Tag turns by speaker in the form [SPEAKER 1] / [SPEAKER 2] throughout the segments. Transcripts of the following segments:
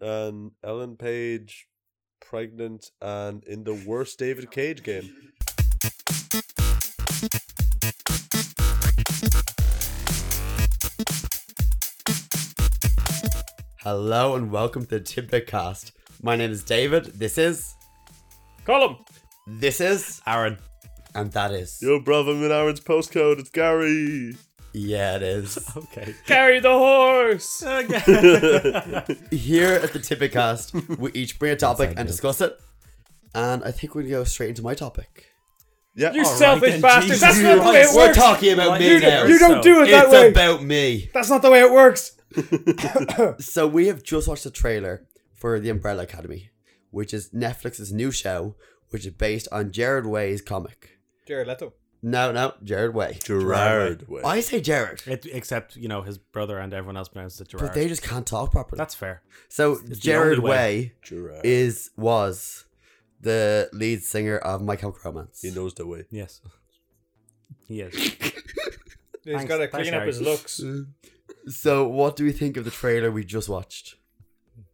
[SPEAKER 1] and Ellen Page pregnant and in the worst David Cage game.
[SPEAKER 2] Hello and welcome to Timbercast. My name is David. This is
[SPEAKER 3] Column.
[SPEAKER 2] this is
[SPEAKER 3] Aaron.
[SPEAKER 2] and that is
[SPEAKER 1] Yo, brother, I'm in Aaron's postcode. It's Gary.
[SPEAKER 2] yeah it is.
[SPEAKER 3] Okay. Carry the horse.
[SPEAKER 2] Here at the Timbercast, we each bring a topic and discuss it. And I think we go straight into my topic.
[SPEAKER 1] Yeah.
[SPEAKER 3] You
[SPEAKER 1] All right.
[SPEAKER 3] selfish
[SPEAKER 4] then,
[SPEAKER 3] bastard.
[SPEAKER 4] Jesus
[SPEAKER 3] That's not the way Oh, it
[SPEAKER 4] Christ.
[SPEAKER 2] We're
[SPEAKER 3] works.
[SPEAKER 2] talking about
[SPEAKER 4] Like,
[SPEAKER 2] me
[SPEAKER 4] you-
[SPEAKER 2] now.
[SPEAKER 3] you don't do it that
[SPEAKER 2] it's
[SPEAKER 3] way.
[SPEAKER 2] about me.
[SPEAKER 3] That's not the way it works.
[SPEAKER 2] So we have just watched the trailer for The Umbrella Academy, which is Netflix's new show, which is based on Jared Way's comic.
[SPEAKER 3] Jared Leto.
[SPEAKER 2] No, no, Jared Way.
[SPEAKER 1] Gerard way.
[SPEAKER 2] I say Jared,
[SPEAKER 4] It, except you know his brother and everyone else pronounces it Gerard.
[SPEAKER 2] but they just can't talk properly.
[SPEAKER 4] That's fair.
[SPEAKER 2] so
[SPEAKER 4] the
[SPEAKER 2] Jared
[SPEAKER 4] only
[SPEAKER 2] Way
[SPEAKER 4] way.
[SPEAKER 1] Gerard.
[SPEAKER 2] is was the lead singer of My Chemical Romance.
[SPEAKER 1] He knows the way.
[SPEAKER 4] Yes. Yes.
[SPEAKER 3] He's
[SPEAKER 4] Thanks-
[SPEAKER 3] got to
[SPEAKER 4] thanks,
[SPEAKER 3] clean up
[SPEAKER 4] Harry.
[SPEAKER 3] his looks.
[SPEAKER 2] So what do we think of the trailer we just watched?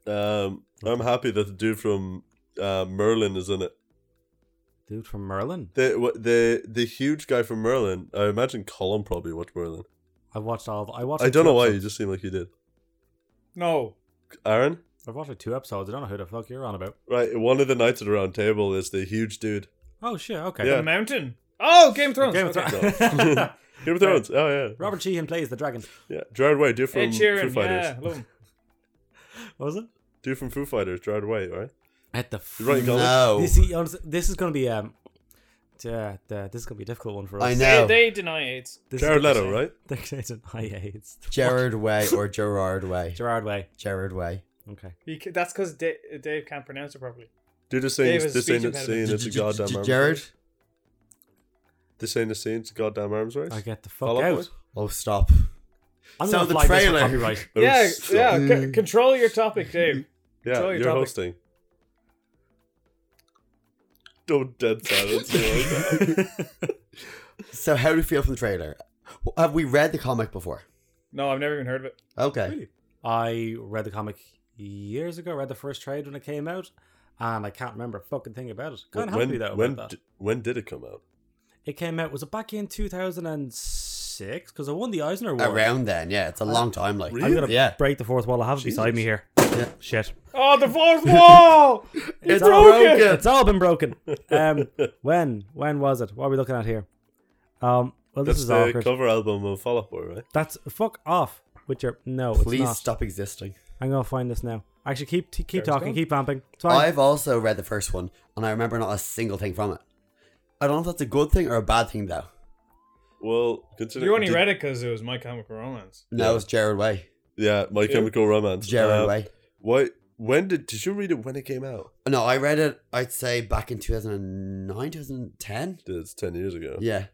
[SPEAKER 1] Um,
[SPEAKER 3] Hmm.
[SPEAKER 1] I'm happy that the dude from uh, Merlin is in it.
[SPEAKER 4] Dude from Merlin.
[SPEAKER 1] The wha- the the huge guy from Merlin. I imagine Colin probably watched Merlin.
[SPEAKER 4] I watched all. Of, I watched.
[SPEAKER 1] I
[SPEAKER 4] like
[SPEAKER 1] don't
[SPEAKER 4] two
[SPEAKER 1] know why. You
[SPEAKER 4] episodes.
[SPEAKER 1] just seemed like you did.
[SPEAKER 3] No.
[SPEAKER 1] Aaron,
[SPEAKER 4] I've watched like two episodes. I don't know who the fuck you're on about.
[SPEAKER 1] right? One of the knights at the round table is the huge dude.
[SPEAKER 4] Oh shit. Okay.
[SPEAKER 1] Yeah.
[SPEAKER 3] The mountain. Oh, Game of Thrones.
[SPEAKER 4] Game of
[SPEAKER 3] Okay.
[SPEAKER 4] Thrones.
[SPEAKER 1] Game of Thrones. Oh yeah,
[SPEAKER 4] Robert Sheehan plays the dragon.
[SPEAKER 1] yeah. Gerard Way, dude from
[SPEAKER 3] Ed
[SPEAKER 1] Foo
[SPEAKER 3] Sheeran.
[SPEAKER 1] Fighters.
[SPEAKER 3] Yeah, love him.
[SPEAKER 4] What was it?
[SPEAKER 1] Dude from Foo Fighters, Gerard Way, right?
[SPEAKER 4] At the.
[SPEAKER 1] You're right,
[SPEAKER 4] f-
[SPEAKER 1] Colin.
[SPEAKER 2] No,
[SPEAKER 4] You see, honestly, this is gonna be um. Yeah, the- this is gonna be a difficult one for us.
[SPEAKER 2] I
[SPEAKER 3] They,
[SPEAKER 2] know
[SPEAKER 3] they deny AIDS.
[SPEAKER 4] This is
[SPEAKER 1] Jared
[SPEAKER 4] gonna be-
[SPEAKER 1] Leto, right?
[SPEAKER 4] They're gonna say I AIDS.
[SPEAKER 2] Jared Way or Gerard Way.
[SPEAKER 4] Gerard Way.
[SPEAKER 2] Jared Way.
[SPEAKER 4] Okay.
[SPEAKER 3] He, ca- that's because Dave, Dave can't pronounce it properly.
[SPEAKER 1] Dude, this ain't
[SPEAKER 3] Davis
[SPEAKER 1] this
[SPEAKER 3] speech
[SPEAKER 1] ain't a scene.
[SPEAKER 3] impediment.
[SPEAKER 1] It's a goddamn
[SPEAKER 2] J-
[SPEAKER 1] arms.
[SPEAKER 2] Jared.
[SPEAKER 1] This ain't a scene. It's a goddamn arms race.
[SPEAKER 4] I get the fuck
[SPEAKER 1] Fall Out Boy?
[SPEAKER 4] out.
[SPEAKER 2] Oh stop.
[SPEAKER 4] I'm
[SPEAKER 2] So
[SPEAKER 4] gonna
[SPEAKER 2] the
[SPEAKER 4] apply this for
[SPEAKER 2] trailer-
[SPEAKER 4] copyright.
[SPEAKER 1] Oh,
[SPEAKER 3] yeah,
[SPEAKER 1] stop.
[SPEAKER 3] yeah.
[SPEAKER 2] Mm.
[SPEAKER 3] C- control your topic, Dave.
[SPEAKER 1] yeah.
[SPEAKER 3] Control your
[SPEAKER 1] You're
[SPEAKER 3] topic.
[SPEAKER 1] hosting. Don't dead silence. you know.
[SPEAKER 2] So how do we feel from the trailer? Have we read the comic before?
[SPEAKER 3] No, I've never even heard of it.
[SPEAKER 2] Okay.
[SPEAKER 4] I read the comic years ago. I read the first trade when it came out, and I can't remember a fucking thing about it. Can't help
[SPEAKER 1] when
[SPEAKER 4] you though.
[SPEAKER 1] when
[SPEAKER 4] about
[SPEAKER 1] d-
[SPEAKER 4] that.
[SPEAKER 1] when did it come out?
[SPEAKER 4] it came out was it back in two thousand and six? Because I won the Eisner Award.
[SPEAKER 2] Around then, yeah,
[SPEAKER 4] Uh,
[SPEAKER 2] it's a long time. Like,
[SPEAKER 4] I'm gonna
[SPEAKER 2] yeah,
[SPEAKER 4] break the fourth wall. I have it beside me here. Shit,
[SPEAKER 3] Oh, the fourth wall.
[SPEAKER 2] it's
[SPEAKER 3] broken!
[SPEAKER 2] broken.
[SPEAKER 4] it's all been broken. Um, when when was it? What are we looking at here? Um, well, this
[SPEAKER 1] That's
[SPEAKER 4] is
[SPEAKER 1] the
[SPEAKER 4] awkward.
[SPEAKER 1] cover album of Fall Out Boy, right?
[SPEAKER 4] That's fuck off with your no. Oh, it's
[SPEAKER 2] Please
[SPEAKER 4] not.
[SPEAKER 2] stop existing.
[SPEAKER 4] I'm gonna find this now. Actually, keep keep talking,
[SPEAKER 3] gone.
[SPEAKER 4] keep vamping. It's fine.
[SPEAKER 2] I've also read the first one, and I remember not a single thing from it. I don't know if that's a good thing or a bad thing, though.
[SPEAKER 1] Well, considering
[SPEAKER 3] You only read it because it was my comic romance.
[SPEAKER 2] No, it's Jared Way.
[SPEAKER 1] Yeah, My Chemical Romance.
[SPEAKER 2] Jared
[SPEAKER 1] Um,
[SPEAKER 2] Way.
[SPEAKER 1] Why? When did did you read it? When it came out?
[SPEAKER 2] No, I read it. I'd say back in 2009, 2010.
[SPEAKER 1] It's ten years ago,
[SPEAKER 2] Yeah,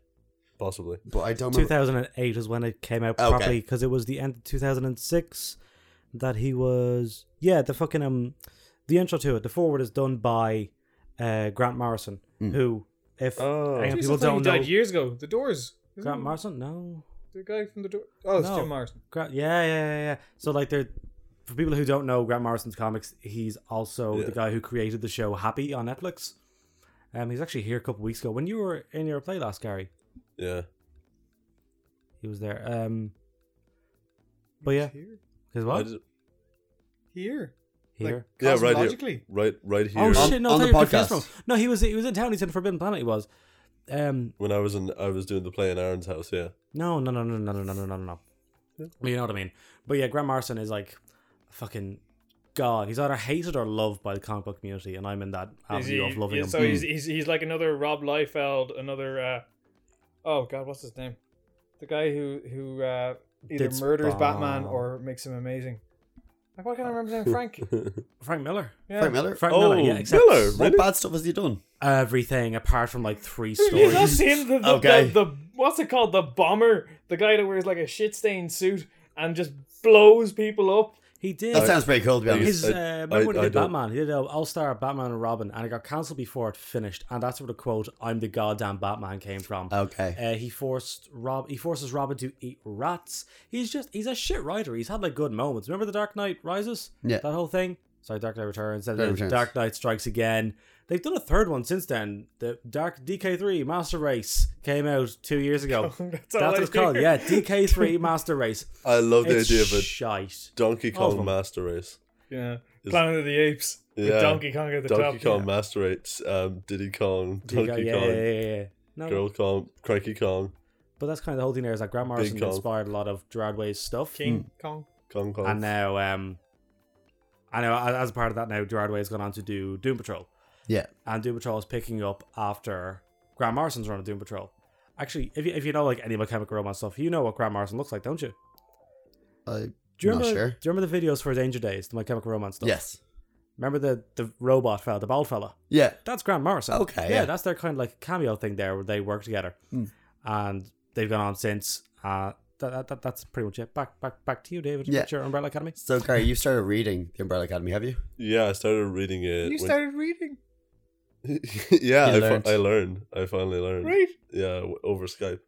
[SPEAKER 1] possibly.
[SPEAKER 2] but I don't remember.
[SPEAKER 4] 2008 is when it came out
[SPEAKER 2] Okay.
[SPEAKER 4] properly because it was the end of 2006 that he was yeah the fucking um the intro to it the forward is done by uh Grant Morrison who if
[SPEAKER 1] Oh.
[SPEAKER 4] any
[SPEAKER 3] Jeez,
[SPEAKER 4] people
[SPEAKER 3] I thought
[SPEAKER 4] don't
[SPEAKER 3] he died
[SPEAKER 4] know
[SPEAKER 3] years ago. The Doors. Isn't
[SPEAKER 4] Grant
[SPEAKER 3] it
[SPEAKER 4] Morrison no
[SPEAKER 3] The guy from the Doors. Oh, it's
[SPEAKER 4] No.
[SPEAKER 3] Jim Morrison.
[SPEAKER 4] Grant yeah yeah yeah, yeah. so like they're for people who don't know Grant Morrison's comics he's also
[SPEAKER 1] Yeah.
[SPEAKER 4] the guy who created the show Happy on Netflix um he's actually here a couple weeks ago when you were in your play last Gary
[SPEAKER 1] Yeah,
[SPEAKER 4] he was there um but yeah
[SPEAKER 3] Here.
[SPEAKER 4] his
[SPEAKER 1] I
[SPEAKER 4] what
[SPEAKER 1] just-
[SPEAKER 3] Here.
[SPEAKER 4] here
[SPEAKER 1] yeah, right here,
[SPEAKER 3] cosmologically.
[SPEAKER 1] right, right here.
[SPEAKER 4] Oh
[SPEAKER 2] On-
[SPEAKER 4] shit! No,
[SPEAKER 2] on
[SPEAKER 4] I
[SPEAKER 2] the
[SPEAKER 4] thought you were confused
[SPEAKER 2] podcast.
[SPEAKER 4] from- No, he was he was in town. He's in Forbidden Planet. He was. Um,
[SPEAKER 1] When I was in, I was doing the play in Aaron's house. Yeah,
[SPEAKER 4] no, no, no, no, no, no, no, no, no, no. Well, You know what I mean? But yeah, Grant Morrison is like a fucking god. He's either hated or loved by the comic book community, and I'm in that
[SPEAKER 3] Is he-
[SPEAKER 4] avenue of loving
[SPEAKER 3] yeah,
[SPEAKER 4] him.
[SPEAKER 3] So he's, he's he's like another Rob Liefeld, another uh, oh god, what's his name? The guy who who uh, either
[SPEAKER 4] Did
[SPEAKER 3] murders
[SPEAKER 4] Spawn.
[SPEAKER 3] Batman or makes him amazing. Like, why can't I remember his name? Frank.
[SPEAKER 4] Frank Miller.
[SPEAKER 3] Yeah.
[SPEAKER 2] Frank Miller.
[SPEAKER 4] Frank
[SPEAKER 1] Oh,
[SPEAKER 4] Miller. Yeah, except
[SPEAKER 1] Miller,
[SPEAKER 2] What
[SPEAKER 1] really?
[SPEAKER 2] bad stuff has he done?
[SPEAKER 4] everything apart from like three
[SPEAKER 3] Have you not
[SPEAKER 4] stories.
[SPEAKER 3] seen the, the,
[SPEAKER 2] Okay.
[SPEAKER 3] the, the what's it called? The bomber, the guy that wears like a shit stained suit and just blows people up.
[SPEAKER 4] He did.
[SPEAKER 2] That sounds pretty cool, to be honest.
[SPEAKER 4] His,
[SPEAKER 1] I-
[SPEAKER 4] uh, remember
[SPEAKER 1] I-
[SPEAKER 4] when he
[SPEAKER 1] I
[SPEAKER 4] did
[SPEAKER 1] don't-
[SPEAKER 4] Batman? He did an All Star Batman and Robin, and it got cancelled before it finished. And that's where the quote "I'm the goddamn Batman" came from.
[SPEAKER 2] Okay.
[SPEAKER 4] Uh, he forced Rob. He forces Robin to eat rats. He's just he's a shit writer. He's had like good moments. Remember the Dark Knight Rises?
[SPEAKER 2] Yeah.
[SPEAKER 4] That whole thing. Sorry, Dark Knight Returns. Then
[SPEAKER 2] Dark
[SPEAKER 4] there's
[SPEAKER 2] Returns.
[SPEAKER 4] Dark Knight Strikes Again. They've done a third one since then. The Dark DK3 Master Race came out two years ago.
[SPEAKER 3] That's, all
[SPEAKER 4] That's what
[SPEAKER 3] I
[SPEAKER 4] it's called.
[SPEAKER 3] hear.
[SPEAKER 4] Yeah, DK3 Master Race.
[SPEAKER 1] I love the
[SPEAKER 4] It's
[SPEAKER 1] idea of a
[SPEAKER 4] shite.
[SPEAKER 1] Donkey Kong
[SPEAKER 4] Awful.
[SPEAKER 1] Master Race.
[SPEAKER 3] Yeah. Planet of the Apes.
[SPEAKER 1] Yeah.
[SPEAKER 3] With Donkey Kong at the
[SPEAKER 1] Donkey
[SPEAKER 3] top.
[SPEAKER 1] Kong Master Race, um, Diddy Kong, Donkey
[SPEAKER 4] yeah, yeah,
[SPEAKER 1] Kong,
[SPEAKER 4] yeah, yeah, yeah. No,
[SPEAKER 1] Girl Kong, Cranky Kong,
[SPEAKER 4] but that's kind of the whole thing. There is that Grant Morrison
[SPEAKER 1] Kong.
[SPEAKER 4] inspired a lot of Gerard Way's stuff.
[SPEAKER 3] King Kong.
[SPEAKER 1] Kong Kong.
[SPEAKER 4] and now um I know a- as part of that now Gerard Way has gone on to do Doom Patrol.
[SPEAKER 2] Yeah.
[SPEAKER 4] And Doom Patrol is picking up after Grant Morrison's run of Doom Patrol. Actually, if you, if you know like any of my chemical romance stuff, you know what Grant Morrison looks like, don't you?
[SPEAKER 2] I'm
[SPEAKER 4] Do you
[SPEAKER 2] not
[SPEAKER 4] remember
[SPEAKER 2] sure.
[SPEAKER 4] do you remember the videos for Danger Days, the my chemical romance stuff?
[SPEAKER 2] Yes.
[SPEAKER 4] Remember the the robot fella, the bald fella?
[SPEAKER 2] Yeah.
[SPEAKER 4] That's Grant Morrison.
[SPEAKER 2] Okay,
[SPEAKER 4] Yeah,
[SPEAKER 2] yeah.
[SPEAKER 4] that's their kind of like cameo thing there where they work together.
[SPEAKER 2] Hmm.
[SPEAKER 4] And they've gone on since. Uh that, that, that, that's pretty much it. Back back back to you, David.
[SPEAKER 2] Yeah.
[SPEAKER 4] What's your Umbrella Academy.
[SPEAKER 2] So, Gary, you started reading The Umbrella Academy, have you?
[SPEAKER 1] yeah, I started reading it.
[SPEAKER 3] You
[SPEAKER 1] when-
[SPEAKER 3] started reading.
[SPEAKER 1] yeah,
[SPEAKER 2] You
[SPEAKER 1] I,
[SPEAKER 2] learned.
[SPEAKER 1] fi- I learned. I finally learned.
[SPEAKER 3] Right.
[SPEAKER 1] Yeah, w- over Skype.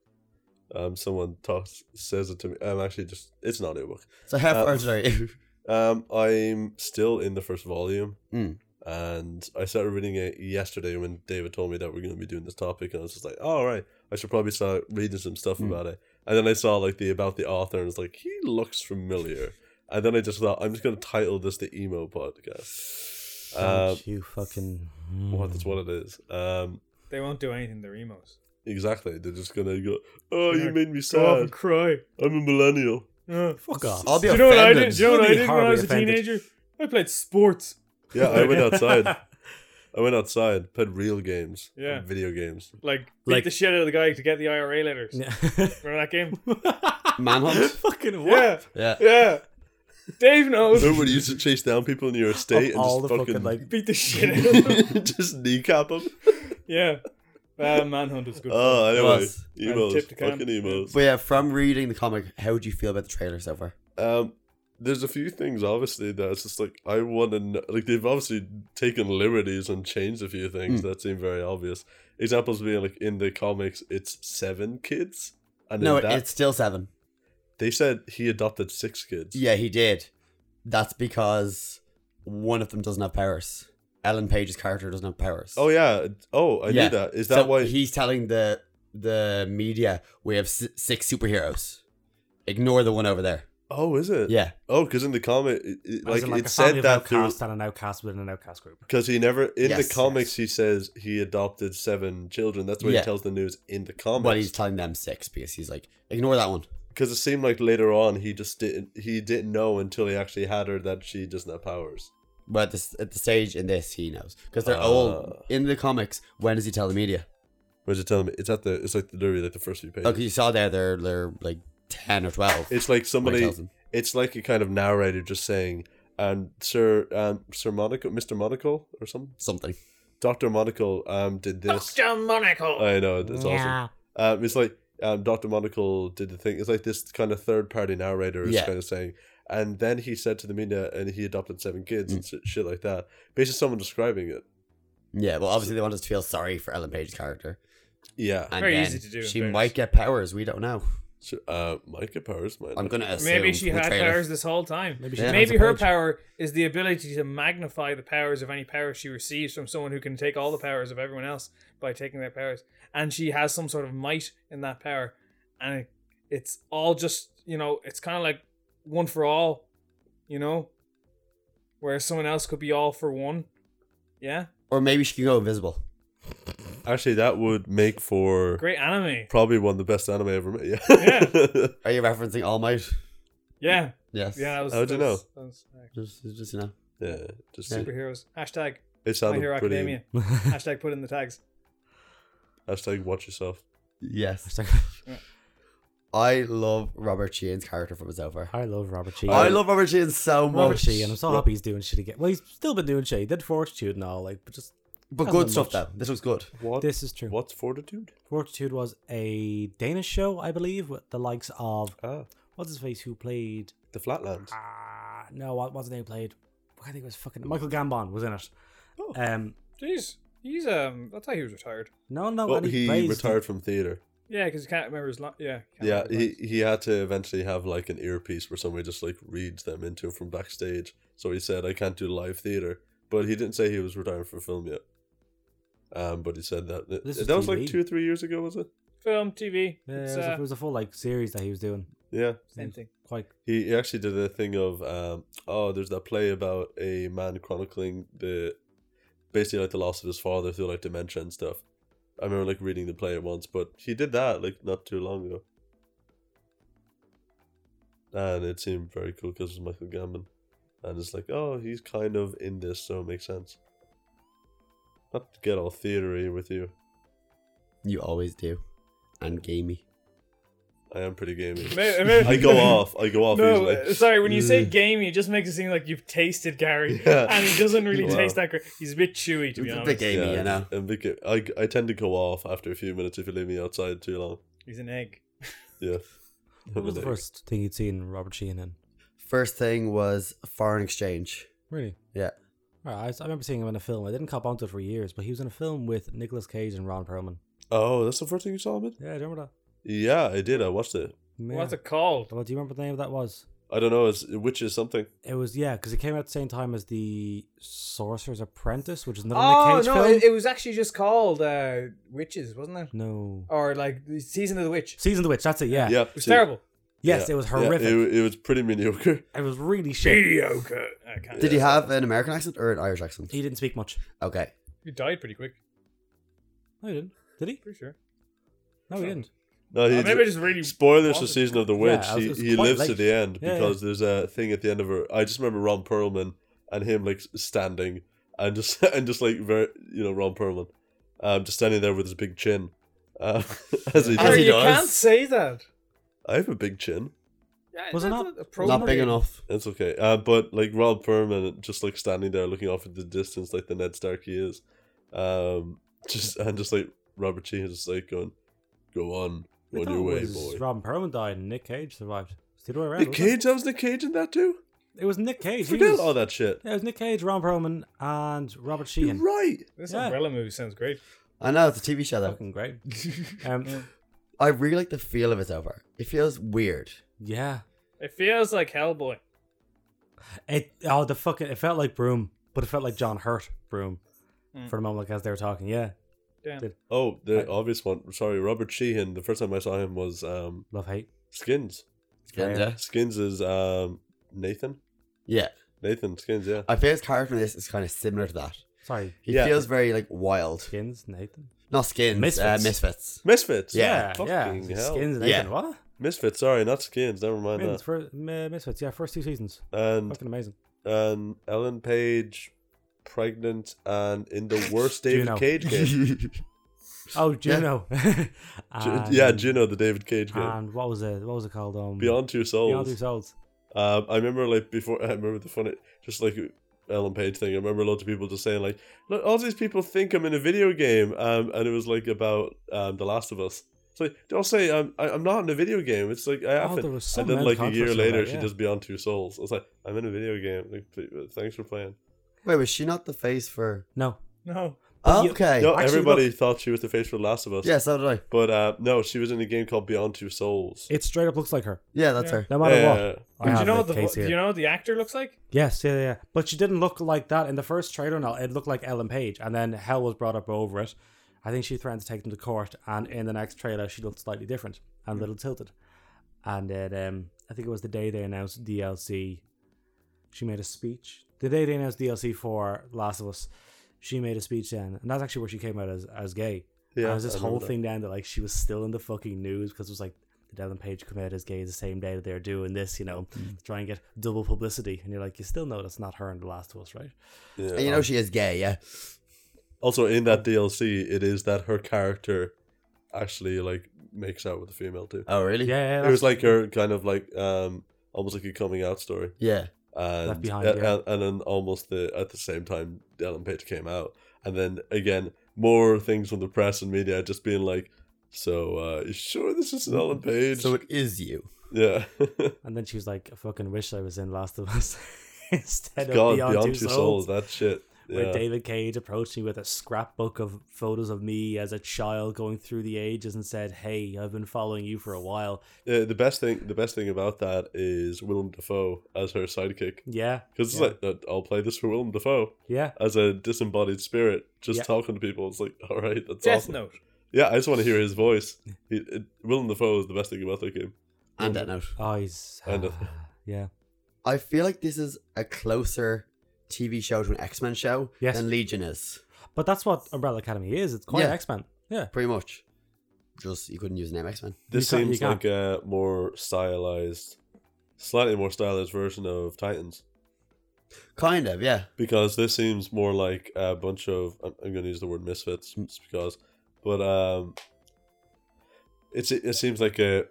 [SPEAKER 1] Um, someone talks says it to me. I'm actually just. It's an audiobook.
[SPEAKER 2] So, how
[SPEAKER 1] Uh,
[SPEAKER 2] far sorry.
[SPEAKER 1] Um, I'm still in the first volume,
[SPEAKER 2] Mm.
[SPEAKER 1] and I started reading it yesterday when David told me that we're going to be doing this topic, and I was just like, "All right, I should probably start reading some stuff
[SPEAKER 2] Mm.
[SPEAKER 1] about it." And then I saw like the about the author, and it's like he looks familiar. And then I just thought, I'm just going to title this the emo podcast. Um,
[SPEAKER 4] Don't you fucking hmm.
[SPEAKER 1] what that's what it is. Um,
[SPEAKER 3] They won't do anything. They're emos.
[SPEAKER 1] exactly. They're just going to go. Oh, you
[SPEAKER 3] Yeah.
[SPEAKER 1] made me
[SPEAKER 3] Go off and
[SPEAKER 1] sad.
[SPEAKER 3] cry.
[SPEAKER 1] I'm a millennial.
[SPEAKER 3] Uh,
[SPEAKER 4] Fuck off.
[SPEAKER 2] I'll be
[SPEAKER 3] do you
[SPEAKER 2] offended.
[SPEAKER 3] know what I did? Do you know what I
[SPEAKER 4] You'll be
[SPEAKER 3] did when I was a
[SPEAKER 4] horribly offended.
[SPEAKER 3] teenager? I played sports.
[SPEAKER 1] Yeah, I went outside. I went outside, played real games,
[SPEAKER 3] Yeah.
[SPEAKER 1] video games.
[SPEAKER 3] Like, beat
[SPEAKER 4] Like-
[SPEAKER 3] the shit out of the guy to get the IRA letters.
[SPEAKER 4] Yeah.
[SPEAKER 3] Remember that game?
[SPEAKER 2] Manhunt?
[SPEAKER 4] fucking what?
[SPEAKER 3] Yeah,
[SPEAKER 2] Yeah.
[SPEAKER 3] yeah. Dave knows.
[SPEAKER 1] Remember when you used to chase down people in your estate
[SPEAKER 4] Of
[SPEAKER 1] and
[SPEAKER 4] all
[SPEAKER 1] just
[SPEAKER 4] the
[SPEAKER 1] fucking,
[SPEAKER 4] fucking, like
[SPEAKER 3] Beat the shit out of him.
[SPEAKER 1] just kneecap them?
[SPEAKER 3] Yeah. Uh, Manhunt was good.
[SPEAKER 1] Oh, anyway,
[SPEAKER 2] Was.
[SPEAKER 1] emos,
[SPEAKER 3] tipped a can.
[SPEAKER 1] fucking emos.
[SPEAKER 2] But yeah, from reading the comic, how do you feel about the trailer so far?
[SPEAKER 1] Um, there's a few things obviously that it's just like I want to know. Like they've obviously taken liberties and changed a few things that seem very obvious. Examples being like in the comics, it's seven kids, and
[SPEAKER 2] no,
[SPEAKER 1] in that,
[SPEAKER 2] it's still seven.
[SPEAKER 1] they said he adopted six kids.
[SPEAKER 2] Yeah, he did. That's because one of them doesn't have powers. Ellen Page's character doesn't have powers.
[SPEAKER 1] Oh yeah. Oh, I
[SPEAKER 2] Yeah.
[SPEAKER 1] knew that. Is that
[SPEAKER 2] so
[SPEAKER 1] why?
[SPEAKER 2] he's telling the the media we have s- six superheroes? Ignore the one over there.
[SPEAKER 1] oh, is it?
[SPEAKER 2] Yeah,
[SPEAKER 1] Oh, because in the comic, it, it-
[SPEAKER 4] As
[SPEAKER 1] like,
[SPEAKER 4] in,
[SPEAKER 1] it
[SPEAKER 4] a
[SPEAKER 1] said
[SPEAKER 4] family of
[SPEAKER 1] that there was
[SPEAKER 4] outcast and an outcast within an outcast group.
[SPEAKER 1] Because he never in
[SPEAKER 2] Yes,
[SPEAKER 1] the comics he says he adopted seven children. That's what
[SPEAKER 2] Yeah.
[SPEAKER 1] he tells the news in the
[SPEAKER 2] but he's
[SPEAKER 1] comics.
[SPEAKER 2] telling them six because he's like, ignore that one.
[SPEAKER 1] Because it seemed like later on he just didn't he didn't know until he actually had her that she doesn't have powers.
[SPEAKER 2] But at, this, at the stage in this, he knows because they're
[SPEAKER 1] Ah.
[SPEAKER 2] old in the comics. When does he tell the media?
[SPEAKER 1] Where's it telling me? It's at the it's like literally like the first few pages.
[SPEAKER 2] Okay, you saw there they're they're like ten or twelve.
[SPEAKER 1] It's like
[SPEAKER 2] when he
[SPEAKER 1] somebody.
[SPEAKER 2] tells them.
[SPEAKER 1] It's like a kind of narrator just saying, and Sir um Sir Monaco, Mister Monaco or something,
[SPEAKER 2] something.
[SPEAKER 1] Doctor Monaco um did this.
[SPEAKER 3] Dr. Monaco.
[SPEAKER 1] I know it's awesome. Um, it's like um, Doctor Monocle did the thing. It's like this kind of third party narrator is
[SPEAKER 2] Yeah.
[SPEAKER 1] kind of saying, and then he said to the media, and he adopted seven kids and shit, shit like that. Basically, someone describing it.
[SPEAKER 2] Yeah, well, obviously they want us to feel sorry for Ellen Page's character,
[SPEAKER 1] Yeah,
[SPEAKER 2] and
[SPEAKER 3] Very
[SPEAKER 2] then
[SPEAKER 3] easy to do, in
[SPEAKER 2] she
[SPEAKER 3] fairness.
[SPEAKER 2] might get powers. We don't know.
[SPEAKER 1] so, uh, Micah Powers. Might
[SPEAKER 2] I'm
[SPEAKER 1] not-
[SPEAKER 2] gonna assume
[SPEAKER 3] Maybe she
[SPEAKER 2] from the
[SPEAKER 3] had
[SPEAKER 2] trailer.
[SPEAKER 3] powers this whole time. Maybe,
[SPEAKER 4] Maybe she
[SPEAKER 2] Yeah.
[SPEAKER 4] turns a
[SPEAKER 3] her
[SPEAKER 4] page.
[SPEAKER 3] power is the ability to magnify the powers of any power she receives from someone who can take all the powers of everyone else by taking their powers. And she has some sort of might in that power. And it, it's all just, you know, it's kind of like one for all, you know? Whereas someone else could be all for one. Yeah?
[SPEAKER 2] or maybe she can go invisible.
[SPEAKER 1] Actually, that would make for
[SPEAKER 3] Great anime.
[SPEAKER 1] probably one of the best anime ever made. Yeah.
[SPEAKER 2] Are you referencing All Might?
[SPEAKER 3] Yeah.
[SPEAKER 2] Yes.
[SPEAKER 3] Yeah, that was,
[SPEAKER 1] How'd you
[SPEAKER 3] that was- that was-
[SPEAKER 2] Just, just you know.
[SPEAKER 1] yeah, just
[SPEAKER 2] Yeah.
[SPEAKER 3] superheroes. Hashtag
[SPEAKER 1] it
[SPEAKER 3] My
[SPEAKER 1] sounded
[SPEAKER 3] Hero
[SPEAKER 1] pretty.
[SPEAKER 3] Academia. Hashtag put in the tags.
[SPEAKER 1] Hashtag watch yourself.
[SPEAKER 2] Yes.
[SPEAKER 4] Hashtag-
[SPEAKER 2] I love Robert Sheehan's character from Over.
[SPEAKER 4] I love Robert Sheen.
[SPEAKER 2] I love Robert Sheehan so much.
[SPEAKER 4] Robert Sheen. I'm so
[SPEAKER 2] Ro-
[SPEAKER 4] happy he's doing shit again. Well, he's still been doing shit. He did Fortitude and all, like, but just
[SPEAKER 2] But
[SPEAKER 4] Hasn't
[SPEAKER 2] good
[SPEAKER 4] done
[SPEAKER 2] stuff
[SPEAKER 4] much.
[SPEAKER 2] though. This looks good.
[SPEAKER 1] What?
[SPEAKER 4] this is true.
[SPEAKER 1] What's fortitude?
[SPEAKER 4] Fortitude was a Danish show, I believe, with the likes of
[SPEAKER 1] Ah,
[SPEAKER 4] what's his face who played.
[SPEAKER 1] the Flatlands.
[SPEAKER 4] Ah, no, what what's the name who played? I think it was fucking Michael Gambon was in it.
[SPEAKER 1] Oh.
[SPEAKER 4] Um,
[SPEAKER 3] Jeez, he's um. I thought he was retired.
[SPEAKER 4] no, no,
[SPEAKER 1] Well,
[SPEAKER 4] and he,
[SPEAKER 1] Oh, he
[SPEAKER 4] plays
[SPEAKER 1] retired from theater.
[SPEAKER 3] Yeah, because you can't remember his line. Yeah. can't
[SPEAKER 1] Yeah,
[SPEAKER 3] remember his
[SPEAKER 1] he,
[SPEAKER 3] lines.
[SPEAKER 1] he had to eventually have like an earpiece where somebody just like reads them into him from backstage. So he said, I can't do live theater. But he didn't say he was retiring from film yet. Um, but he said that that
[SPEAKER 4] This is
[SPEAKER 1] was like
[SPEAKER 4] TV.
[SPEAKER 1] two or three years ago, was it?
[SPEAKER 3] film, TV.
[SPEAKER 4] Yeah,
[SPEAKER 3] it's,
[SPEAKER 4] it, was a,
[SPEAKER 3] uh,
[SPEAKER 4] it was a full like series that he was doing.
[SPEAKER 1] Yeah.
[SPEAKER 3] same thing.
[SPEAKER 4] Quite
[SPEAKER 1] He, he actually did a thing of um, oh, there's that play about a man chronicling the basically like the loss of his father through like dementia and stuff. I remember like reading the play at once, but he did that like not too long ago, and it seemed very cool because it's Michael Gambon, and it's like oh, he's kind of in this, so it makes sense. Not to get all theory with you.
[SPEAKER 2] You always do. And gamey.
[SPEAKER 1] I am pretty gamey.
[SPEAKER 3] May- may-
[SPEAKER 1] I go off. I go off
[SPEAKER 3] No,
[SPEAKER 1] easily.
[SPEAKER 3] uh, sorry. When you say gamey, it just makes it seem like you've tasted Gary,
[SPEAKER 1] Yeah.
[SPEAKER 3] and he doesn't really
[SPEAKER 1] Wow.
[SPEAKER 3] taste that great. He's a bit chewy, to be
[SPEAKER 2] It's a
[SPEAKER 3] honest.
[SPEAKER 2] bit gamey, you know.
[SPEAKER 1] and beca- I, I tend to go off after a few minutes if you leave me outside too long.
[SPEAKER 3] He's an egg.
[SPEAKER 1] Yeah.
[SPEAKER 4] What was
[SPEAKER 1] Over
[SPEAKER 4] the
[SPEAKER 1] there.
[SPEAKER 4] first thing you'd seen Robert Sheehan in?
[SPEAKER 2] First thing was foreign exchange.
[SPEAKER 4] Really?
[SPEAKER 2] Yeah.
[SPEAKER 4] Right, I, s- I remember seeing him in a film. I didn't cop onto it for years, but he was in a film with Nicolas Cage and Ron Perlman.
[SPEAKER 1] Oh, that's the first thing you saw, man?
[SPEAKER 4] Yeah, do you remember
[SPEAKER 1] Yeah, I did. I watched it.
[SPEAKER 4] that?
[SPEAKER 3] What's
[SPEAKER 4] Yeah.
[SPEAKER 3] it called?
[SPEAKER 4] Well, do you remember what the name of that was?
[SPEAKER 1] I don't know. It's Witch is something.
[SPEAKER 4] It was yeah, because it came out at the same time as the Sorcerer's Apprentice, which is another
[SPEAKER 3] Oh
[SPEAKER 4] Nick Cage
[SPEAKER 3] no,
[SPEAKER 4] film.
[SPEAKER 3] it, it was actually just called uh, Witches, wasn't it?
[SPEAKER 4] no,
[SPEAKER 3] Or like the Season of the Witch. It
[SPEAKER 4] Season of the Witch. That's it. Yeah.
[SPEAKER 1] Yeah.
[SPEAKER 3] was
[SPEAKER 1] see-
[SPEAKER 3] terrible.
[SPEAKER 4] Yes,
[SPEAKER 1] yeah,
[SPEAKER 4] it was
[SPEAKER 1] yeah,
[SPEAKER 4] horrific. it,
[SPEAKER 1] it, it was pretty mediocre.
[SPEAKER 4] was really shit.
[SPEAKER 3] Mediocre. I can't.
[SPEAKER 2] Did he have an American accent or an Irish accent?
[SPEAKER 4] He didn't speak much.
[SPEAKER 2] Okay.
[SPEAKER 3] He died pretty quick.
[SPEAKER 4] No, he didn't. Did he?
[SPEAKER 3] Pretty sure.
[SPEAKER 4] No, he didn't.
[SPEAKER 1] No, he
[SPEAKER 3] Or maybe I just really
[SPEAKER 1] Spoilers for
[SPEAKER 3] wanted-
[SPEAKER 1] Season of the Witch.
[SPEAKER 4] Yeah, I was-
[SPEAKER 1] he
[SPEAKER 4] it's
[SPEAKER 1] he
[SPEAKER 4] quite
[SPEAKER 1] lives to
[SPEAKER 4] late.
[SPEAKER 1] the end
[SPEAKER 4] Yeah, yeah.
[SPEAKER 1] because there's a thing at the end of her. I just remember Ron Perlman and him like standing and just and just like very you know Ron Perlman, um, just standing there with his big chin, uh, as he does.
[SPEAKER 2] As
[SPEAKER 3] Harry,
[SPEAKER 2] he
[SPEAKER 3] Oh, you
[SPEAKER 2] does.
[SPEAKER 3] can't say that.
[SPEAKER 1] I have a big chin.
[SPEAKER 3] Yeah,
[SPEAKER 4] Was it
[SPEAKER 3] that's
[SPEAKER 4] not-
[SPEAKER 3] appropriate.
[SPEAKER 2] Not big enough.
[SPEAKER 1] That's okay. Uh, but like Rob Perman, just like standing there looking off at the distance, like the Ned Stark he is, um, just and just like Robert Sheen is just like going, "Go on,
[SPEAKER 4] I
[SPEAKER 1] go on
[SPEAKER 4] thought
[SPEAKER 1] your
[SPEAKER 4] it
[SPEAKER 1] way,
[SPEAKER 4] was
[SPEAKER 1] boy."
[SPEAKER 4] Robin Perlman died and Nick Cage survived. It's the other way around,
[SPEAKER 1] Nick
[SPEAKER 4] wasn't it?
[SPEAKER 1] Cage, that was Nick Cage in that too.
[SPEAKER 4] It was Nick Cage. He
[SPEAKER 1] Forget
[SPEAKER 4] was-
[SPEAKER 1] all that shit.
[SPEAKER 4] Yeah, it was Nick Cage, Ron Perlman, and Robert
[SPEAKER 1] You're
[SPEAKER 4] Sheehan.
[SPEAKER 1] right.
[SPEAKER 3] This
[SPEAKER 4] Yeah.
[SPEAKER 3] umbrella movie sounds great.
[SPEAKER 2] I know, it's a TV show though.
[SPEAKER 4] Fucking great. Um,
[SPEAKER 2] I really like the feel of it over. It feels weird.
[SPEAKER 4] yeah.
[SPEAKER 3] It feels like Hellboy.
[SPEAKER 4] It oh the fucking it felt like Broom, but it felt like John Hurt Broom
[SPEAKER 3] Mm.
[SPEAKER 4] for the moment, like as they were talking. Yeah,
[SPEAKER 3] Damn.
[SPEAKER 4] Did-
[SPEAKER 1] Oh, the
[SPEAKER 4] I-
[SPEAKER 1] obvious one. Sorry, Robert Sheehan. The first time I saw him was um,
[SPEAKER 4] love hate.
[SPEAKER 1] Skins.
[SPEAKER 4] Yeah.
[SPEAKER 2] Yeah.
[SPEAKER 1] Skins is um, Nathan.
[SPEAKER 2] yeah.
[SPEAKER 1] Nathan Skins. Yeah.
[SPEAKER 2] I feel his character in this is kind of similar to that.
[SPEAKER 4] Sorry,
[SPEAKER 2] He
[SPEAKER 1] Yeah.
[SPEAKER 2] feels very like wild.
[SPEAKER 4] skins Nathan.
[SPEAKER 2] Not skins,
[SPEAKER 4] Misfits.
[SPEAKER 2] Uh, misfits.
[SPEAKER 1] Misfits.
[SPEAKER 2] Yeah,
[SPEAKER 4] yeah,
[SPEAKER 1] Fucking
[SPEAKER 4] yeah.
[SPEAKER 1] hell.
[SPEAKER 4] skins Nathan.
[SPEAKER 2] Yeah.
[SPEAKER 4] What?
[SPEAKER 1] Misfits. Sorry, not Skins. Never mind
[SPEAKER 4] Skins,
[SPEAKER 1] that. Mm.
[SPEAKER 4] for, uh, Misfits. Yeah, first two seasons,
[SPEAKER 1] And
[SPEAKER 4] fucking amazing.
[SPEAKER 1] and Ellen Page pregnant and in the worst David
[SPEAKER 4] Juno.
[SPEAKER 1] Cage game.
[SPEAKER 4] Oh, Juno.
[SPEAKER 1] Ju-
[SPEAKER 4] and,
[SPEAKER 1] yeah, Juno, the David Cage game.
[SPEAKER 4] And what was it? What was it called? Um,
[SPEAKER 1] Beyond Two Souls.
[SPEAKER 4] Beyond Two Souls.
[SPEAKER 1] Um, I remember like before. I remember the funny, just like Ellen Page thing. I remember loads of people just saying like, "Look, all these people think I'm in a video game," um, and it was like about um, The Last of Us. It's like, don't say I'm I, I'm not in a video game. It's like I
[SPEAKER 4] Oh, there
[SPEAKER 1] haven't.
[SPEAKER 4] was some
[SPEAKER 1] and then
[SPEAKER 4] mad
[SPEAKER 1] like a year
[SPEAKER 4] controversy
[SPEAKER 1] later,
[SPEAKER 4] about it,
[SPEAKER 1] she
[SPEAKER 4] yeah.
[SPEAKER 1] does Beyond Two Souls. I was like, I'm in a video game. Like, pl- thanks for playing.
[SPEAKER 2] Wait, was she not the face for?
[SPEAKER 4] no.
[SPEAKER 3] No.
[SPEAKER 4] But you-
[SPEAKER 2] okay.
[SPEAKER 1] no,
[SPEAKER 4] actually,
[SPEAKER 1] everybody thought she was the face for The Last of Us.
[SPEAKER 2] Yeah, so did I.
[SPEAKER 1] But uh, no, she was in a game called Beyond Two Souls.
[SPEAKER 4] It straight up looks like her.
[SPEAKER 2] Yeah, that's
[SPEAKER 3] Yeah.
[SPEAKER 2] her.
[SPEAKER 4] No matter what.
[SPEAKER 1] Yeah.
[SPEAKER 4] I
[SPEAKER 3] Do you
[SPEAKER 4] have
[SPEAKER 3] know
[SPEAKER 4] the
[SPEAKER 3] what the vo-
[SPEAKER 4] case
[SPEAKER 3] do
[SPEAKER 4] here.
[SPEAKER 3] you know what the actor looks like?
[SPEAKER 4] Yes, yeah, yeah, yeah. But she didn't look like that in the first trailer. Now it looked like Ellen Page, and then Hell was brought up over it. I think she threatened to take them to court, and in the next trailer, she looked slightly different and a little tilted. And it, um, I think it was the day they announced DLC. She made a speech. The day they announced DLC for Last of Us, she made a speech then, and that's actually where she came out as as gay. Yeah,
[SPEAKER 1] Yeah,
[SPEAKER 4] was this
[SPEAKER 1] I
[SPEAKER 4] whole
[SPEAKER 1] remember that.
[SPEAKER 4] thing down that like she was still in the fucking news because it was like the Ellen Page come out as gay the same day that they're doing this, you know,
[SPEAKER 1] Mm.
[SPEAKER 4] to try and get double publicity. And you're like, you still know that's not her in The Last of Us, right?
[SPEAKER 1] Yeah.
[SPEAKER 2] And you know she is gay, yeah.
[SPEAKER 1] Also, in that DLC, it is that her character actually like makes out with a female
[SPEAKER 4] Uh,
[SPEAKER 1] too.
[SPEAKER 2] Oh, really?
[SPEAKER 4] Yeah, yeah
[SPEAKER 1] It was like her kind of like um almost like a coming out story,
[SPEAKER 2] Yeah.
[SPEAKER 1] and
[SPEAKER 4] Left Behind,
[SPEAKER 1] and,
[SPEAKER 4] yeah.
[SPEAKER 1] and, then almost the at the same time Ellen Page came out, and then again more things from the press and media just being like, "So, uh, you sure this is Ellen Page?"
[SPEAKER 2] So it is you.
[SPEAKER 1] yeah,
[SPEAKER 4] and then she was like, I fucking wish I was in Last of Us instead of
[SPEAKER 1] God,
[SPEAKER 4] Beyond,
[SPEAKER 1] beyond
[SPEAKER 4] Two
[SPEAKER 1] two
[SPEAKER 4] Souls.
[SPEAKER 1] souls, that shit.
[SPEAKER 4] where
[SPEAKER 1] Yeah.
[SPEAKER 4] David Cage approached me with a scrapbook of photos of me as a child going through the ages and said, "Hey, I've been following you for a while."
[SPEAKER 1] Uh, the best thing, the best thing about that is Willem Dafoe as her sidekick,
[SPEAKER 4] Yeah,
[SPEAKER 1] because it's
[SPEAKER 4] yeah,
[SPEAKER 1] like that. I'll play this for Willem Dafoe
[SPEAKER 4] yeah.
[SPEAKER 1] as a disembodied spirit, just
[SPEAKER 4] Yeah.
[SPEAKER 1] talking to people. It's like, all right, that's
[SPEAKER 3] Death
[SPEAKER 1] awesome.
[SPEAKER 3] Note.
[SPEAKER 1] Yeah, I just want to hear his voice. He, it, Willem Dafoe is the best thing about that game.
[SPEAKER 2] And that note.
[SPEAKER 4] Oh, he's
[SPEAKER 1] And uh, a-
[SPEAKER 4] yeah,
[SPEAKER 2] I feel like this is a closer TV show to an X Men show
[SPEAKER 4] Yes.
[SPEAKER 2] than Legion is.
[SPEAKER 4] but that's what Umbrella Academy is. It's quite
[SPEAKER 2] Yeah.
[SPEAKER 4] X Men. Yeah,
[SPEAKER 2] Pretty much. Just you couldn't use the name X Men.
[SPEAKER 1] This
[SPEAKER 4] can't- you
[SPEAKER 1] seems
[SPEAKER 4] can't.
[SPEAKER 1] like a more stylized, slightly more stylized version of Titans.
[SPEAKER 2] Kind of, yeah.
[SPEAKER 1] because this seems more like a bunch of I'm, I'm going to use the word misfits just because, but um, it's it seems like a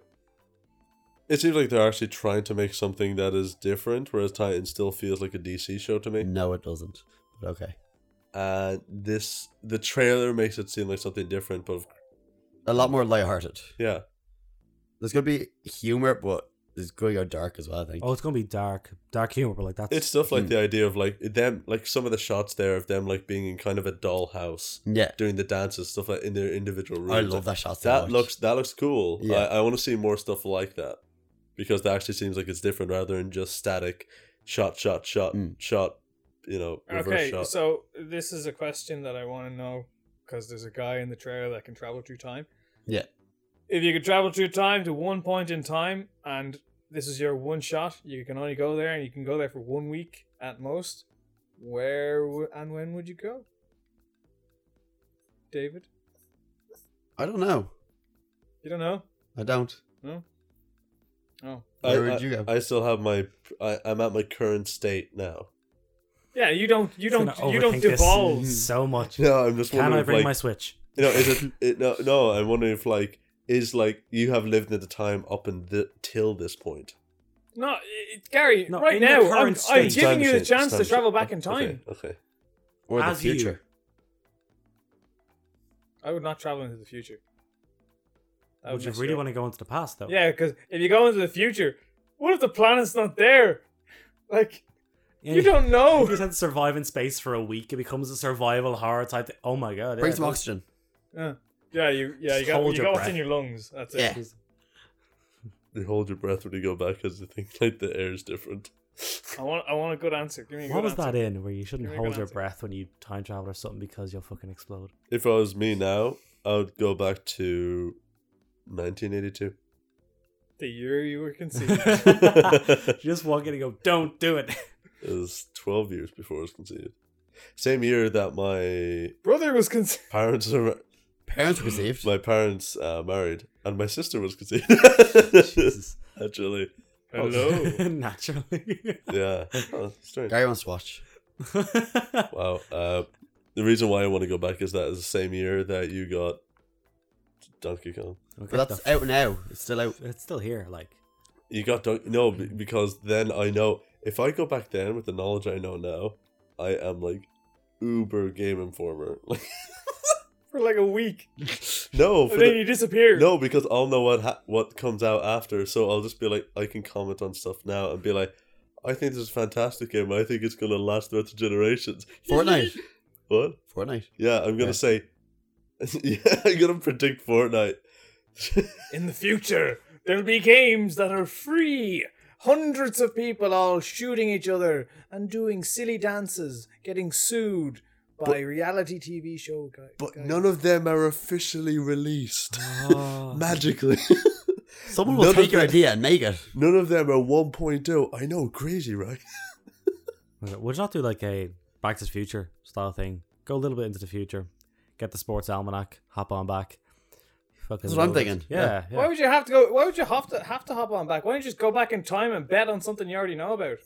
[SPEAKER 1] it seems like they're actually trying to make something that is different, whereas Titan still feels like a DC show to me.
[SPEAKER 2] No, it doesn't. But okay.
[SPEAKER 1] Uh, this the trailer makes it seem like something different, but
[SPEAKER 2] A lot more lighthearted.
[SPEAKER 1] yeah,
[SPEAKER 2] There's gonna be humor, but it's gonna go dark as well, I think.
[SPEAKER 4] Oh, it's gonna be dark, dark humor, but like that's
[SPEAKER 1] it's stuff like
[SPEAKER 2] Hmm.
[SPEAKER 1] the idea of like them like some of the shots there of them like being in kind of a dollhouse
[SPEAKER 2] yeah.
[SPEAKER 1] doing the dances stuff like in their individual rooms.
[SPEAKER 2] I
[SPEAKER 1] Like,
[SPEAKER 2] love that shot so
[SPEAKER 1] That
[SPEAKER 2] much.
[SPEAKER 1] looks that looks cool.
[SPEAKER 2] Yeah.
[SPEAKER 1] I, I want to see more stuff like that because that actually seems like it's different rather than just static shot, shot, shot,
[SPEAKER 2] Mm.
[SPEAKER 1] shot. You know, reverse
[SPEAKER 3] Okay,
[SPEAKER 1] shot.
[SPEAKER 3] so this is a question that I want to know because there's a guy in the trailer that can travel through time.
[SPEAKER 2] Yeah.
[SPEAKER 3] If you could travel through time to one point in time and this is your one shot, you can only go there and you can go there for one week at most. Where w- and when would you go? David?
[SPEAKER 2] I don't know.
[SPEAKER 3] You don't know?
[SPEAKER 2] I don't.
[SPEAKER 3] Oh.
[SPEAKER 1] I, I-
[SPEAKER 2] Where would you go?
[SPEAKER 1] I still have my. I, I'm at my current state now.
[SPEAKER 3] Yeah, you don't you
[SPEAKER 4] Gonna
[SPEAKER 3] don't you don't
[SPEAKER 4] overthink this
[SPEAKER 3] devolve.
[SPEAKER 4] so much.
[SPEAKER 1] No, I'm just
[SPEAKER 4] Can
[SPEAKER 1] wondering.
[SPEAKER 4] I
[SPEAKER 1] if,
[SPEAKER 4] bring
[SPEAKER 1] like,
[SPEAKER 4] my Switch?
[SPEAKER 1] You know, is it, it? No, no. I'm wondering if like is like you have lived at the time up and th- till this point.
[SPEAKER 3] No, it, Gary,
[SPEAKER 4] No,
[SPEAKER 3] right
[SPEAKER 4] in your
[SPEAKER 3] now
[SPEAKER 4] current
[SPEAKER 3] I'm, I'm
[SPEAKER 1] It's
[SPEAKER 4] state.
[SPEAKER 1] time
[SPEAKER 3] Oh, giving you the
[SPEAKER 1] shift, it's
[SPEAKER 3] chance
[SPEAKER 1] time
[SPEAKER 3] to
[SPEAKER 1] shift.
[SPEAKER 3] travel back in time.
[SPEAKER 1] Okay, okay.
[SPEAKER 2] Or the
[SPEAKER 4] As you.
[SPEAKER 2] future.
[SPEAKER 3] I would not travel into the future. That
[SPEAKER 4] Would you
[SPEAKER 3] mess
[SPEAKER 4] really
[SPEAKER 3] up.
[SPEAKER 4] want to go into the past though?
[SPEAKER 3] Oh, Yeah, because if you go into the future, what if the planet's not there? Like
[SPEAKER 4] Yeah,
[SPEAKER 3] you don't
[SPEAKER 4] You
[SPEAKER 3] know.
[SPEAKER 4] just had to survive in space for a week. It becomes a survival horror type. Thing. Oh my god!
[SPEAKER 2] Bring
[SPEAKER 4] yeah,
[SPEAKER 2] some
[SPEAKER 4] that-
[SPEAKER 2] oxygen.
[SPEAKER 3] Yeah, yeah, you yeah you
[SPEAKER 4] Just
[SPEAKER 3] got
[SPEAKER 4] hold
[SPEAKER 3] you
[SPEAKER 4] your
[SPEAKER 3] got what's
[SPEAKER 4] breath.
[SPEAKER 3] in your lungs. That's it.
[SPEAKER 2] Yeah.
[SPEAKER 1] You hold your breath when you go back because you think like the air is different.
[SPEAKER 3] I want I want a good answer. Give me a
[SPEAKER 4] What
[SPEAKER 3] good
[SPEAKER 4] was
[SPEAKER 3] answer.
[SPEAKER 4] that in where you shouldn't
[SPEAKER 3] Give me a good
[SPEAKER 4] hold your
[SPEAKER 3] answer.
[SPEAKER 4] breath when you time travel or something because you'll fucking explode?
[SPEAKER 1] if I was me now, I would go back to 1982.
[SPEAKER 3] The year you were conceived.
[SPEAKER 4] You just walk in and go, "Don't do it."
[SPEAKER 1] It was 12 years before I was conceived. Same year that my
[SPEAKER 3] Brother was conceived.
[SPEAKER 1] parents are,
[SPEAKER 2] Parents were conceived.
[SPEAKER 1] my parents uh, married, and my sister was conceived. Actually,
[SPEAKER 4] Oh.
[SPEAKER 3] Hello.
[SPEAKER 4] Naturally.
[SPEAKER 1] yeah, oh, strange.
[SPEAKER 2] Gary wants to watch.
[SPEAKER 1] Wow. Uh, the reason why I want to go back is that is the same year that you got Donkey Kong.
[SPEAKER 4] Okay,
[SPEAKER 2] But that's
[SPEAKER 4] the f-
[SPEAKER 2] out now. It's still out.
[SPEAKER 4] It's still here. Like,
[SPEAKER 1] You got Don- no be-
[SPEAKER 3] Mm.
[SPEAKER 1] because then I know if I go back then with the knowledge I know now, I am like uber game informer. Like
[SPEAKER 3] for like a week,
[SPEAKER 1] no,
[SPEAKER 3] and
[SPEAKER 1] for
[SPEAKER 3] then
[SPEAKER 1] the,
[SPEAKER 3] you disappeared.
[SPEAKER 1] no because I'll know what ha- what comes out after, so I'll just be like I can comment on stuff now and be like, I think this is a fantastic game. I think it's gonna last throughout the generations.
[SPEAKER 2] Fortnite.
[SPEAKER 1] What?
[SPEAKER 2] Fortnite.
[SPEAKER 1] Yeah, I'm gonna
[SPEAKER 2] Yeah.
[SPEAKER 1] say. yeah, I'm gonna predict Fortnite.
[SPEAKER 3] In the future, there'll be games that are free. Hundreds of people all shooting each other and doing silly dances, getting sued by reality TV show guys.
[SPEAKER 1] But
[SPEAKER 3] guys.
[SPEAKER 1] none of them are officially released
[SPEAKER 4] oh,
[SPEAKER 1] magically.
[SPEAKER 2] Someone
[SPEAKER 1] None
[SPEAKER 2] will
[SPEAKER 1] of
[SPEAKER 2] take your
[SPEAKER 1] the-
[SPEAKER 2] idea and make it.
[SPEAKER 1] None of them are 1.0. I know, crazy, right?
[SPEAKER 4] would you not do like a Back to the Future style thing? Go a little bit into the future, get the sports almanac, hop on back. Fucking
[SPEAKER 2] That's what I'm
[SPEAKER 4] load it.
[SPEAKER 2] thinking.
[SPEAKER 4] Yeah, yeah.
[SPEAKER 3] Why would you have to go? Why would you have to have to hop on back? Why don't you just go back in time and bet on something you already know about?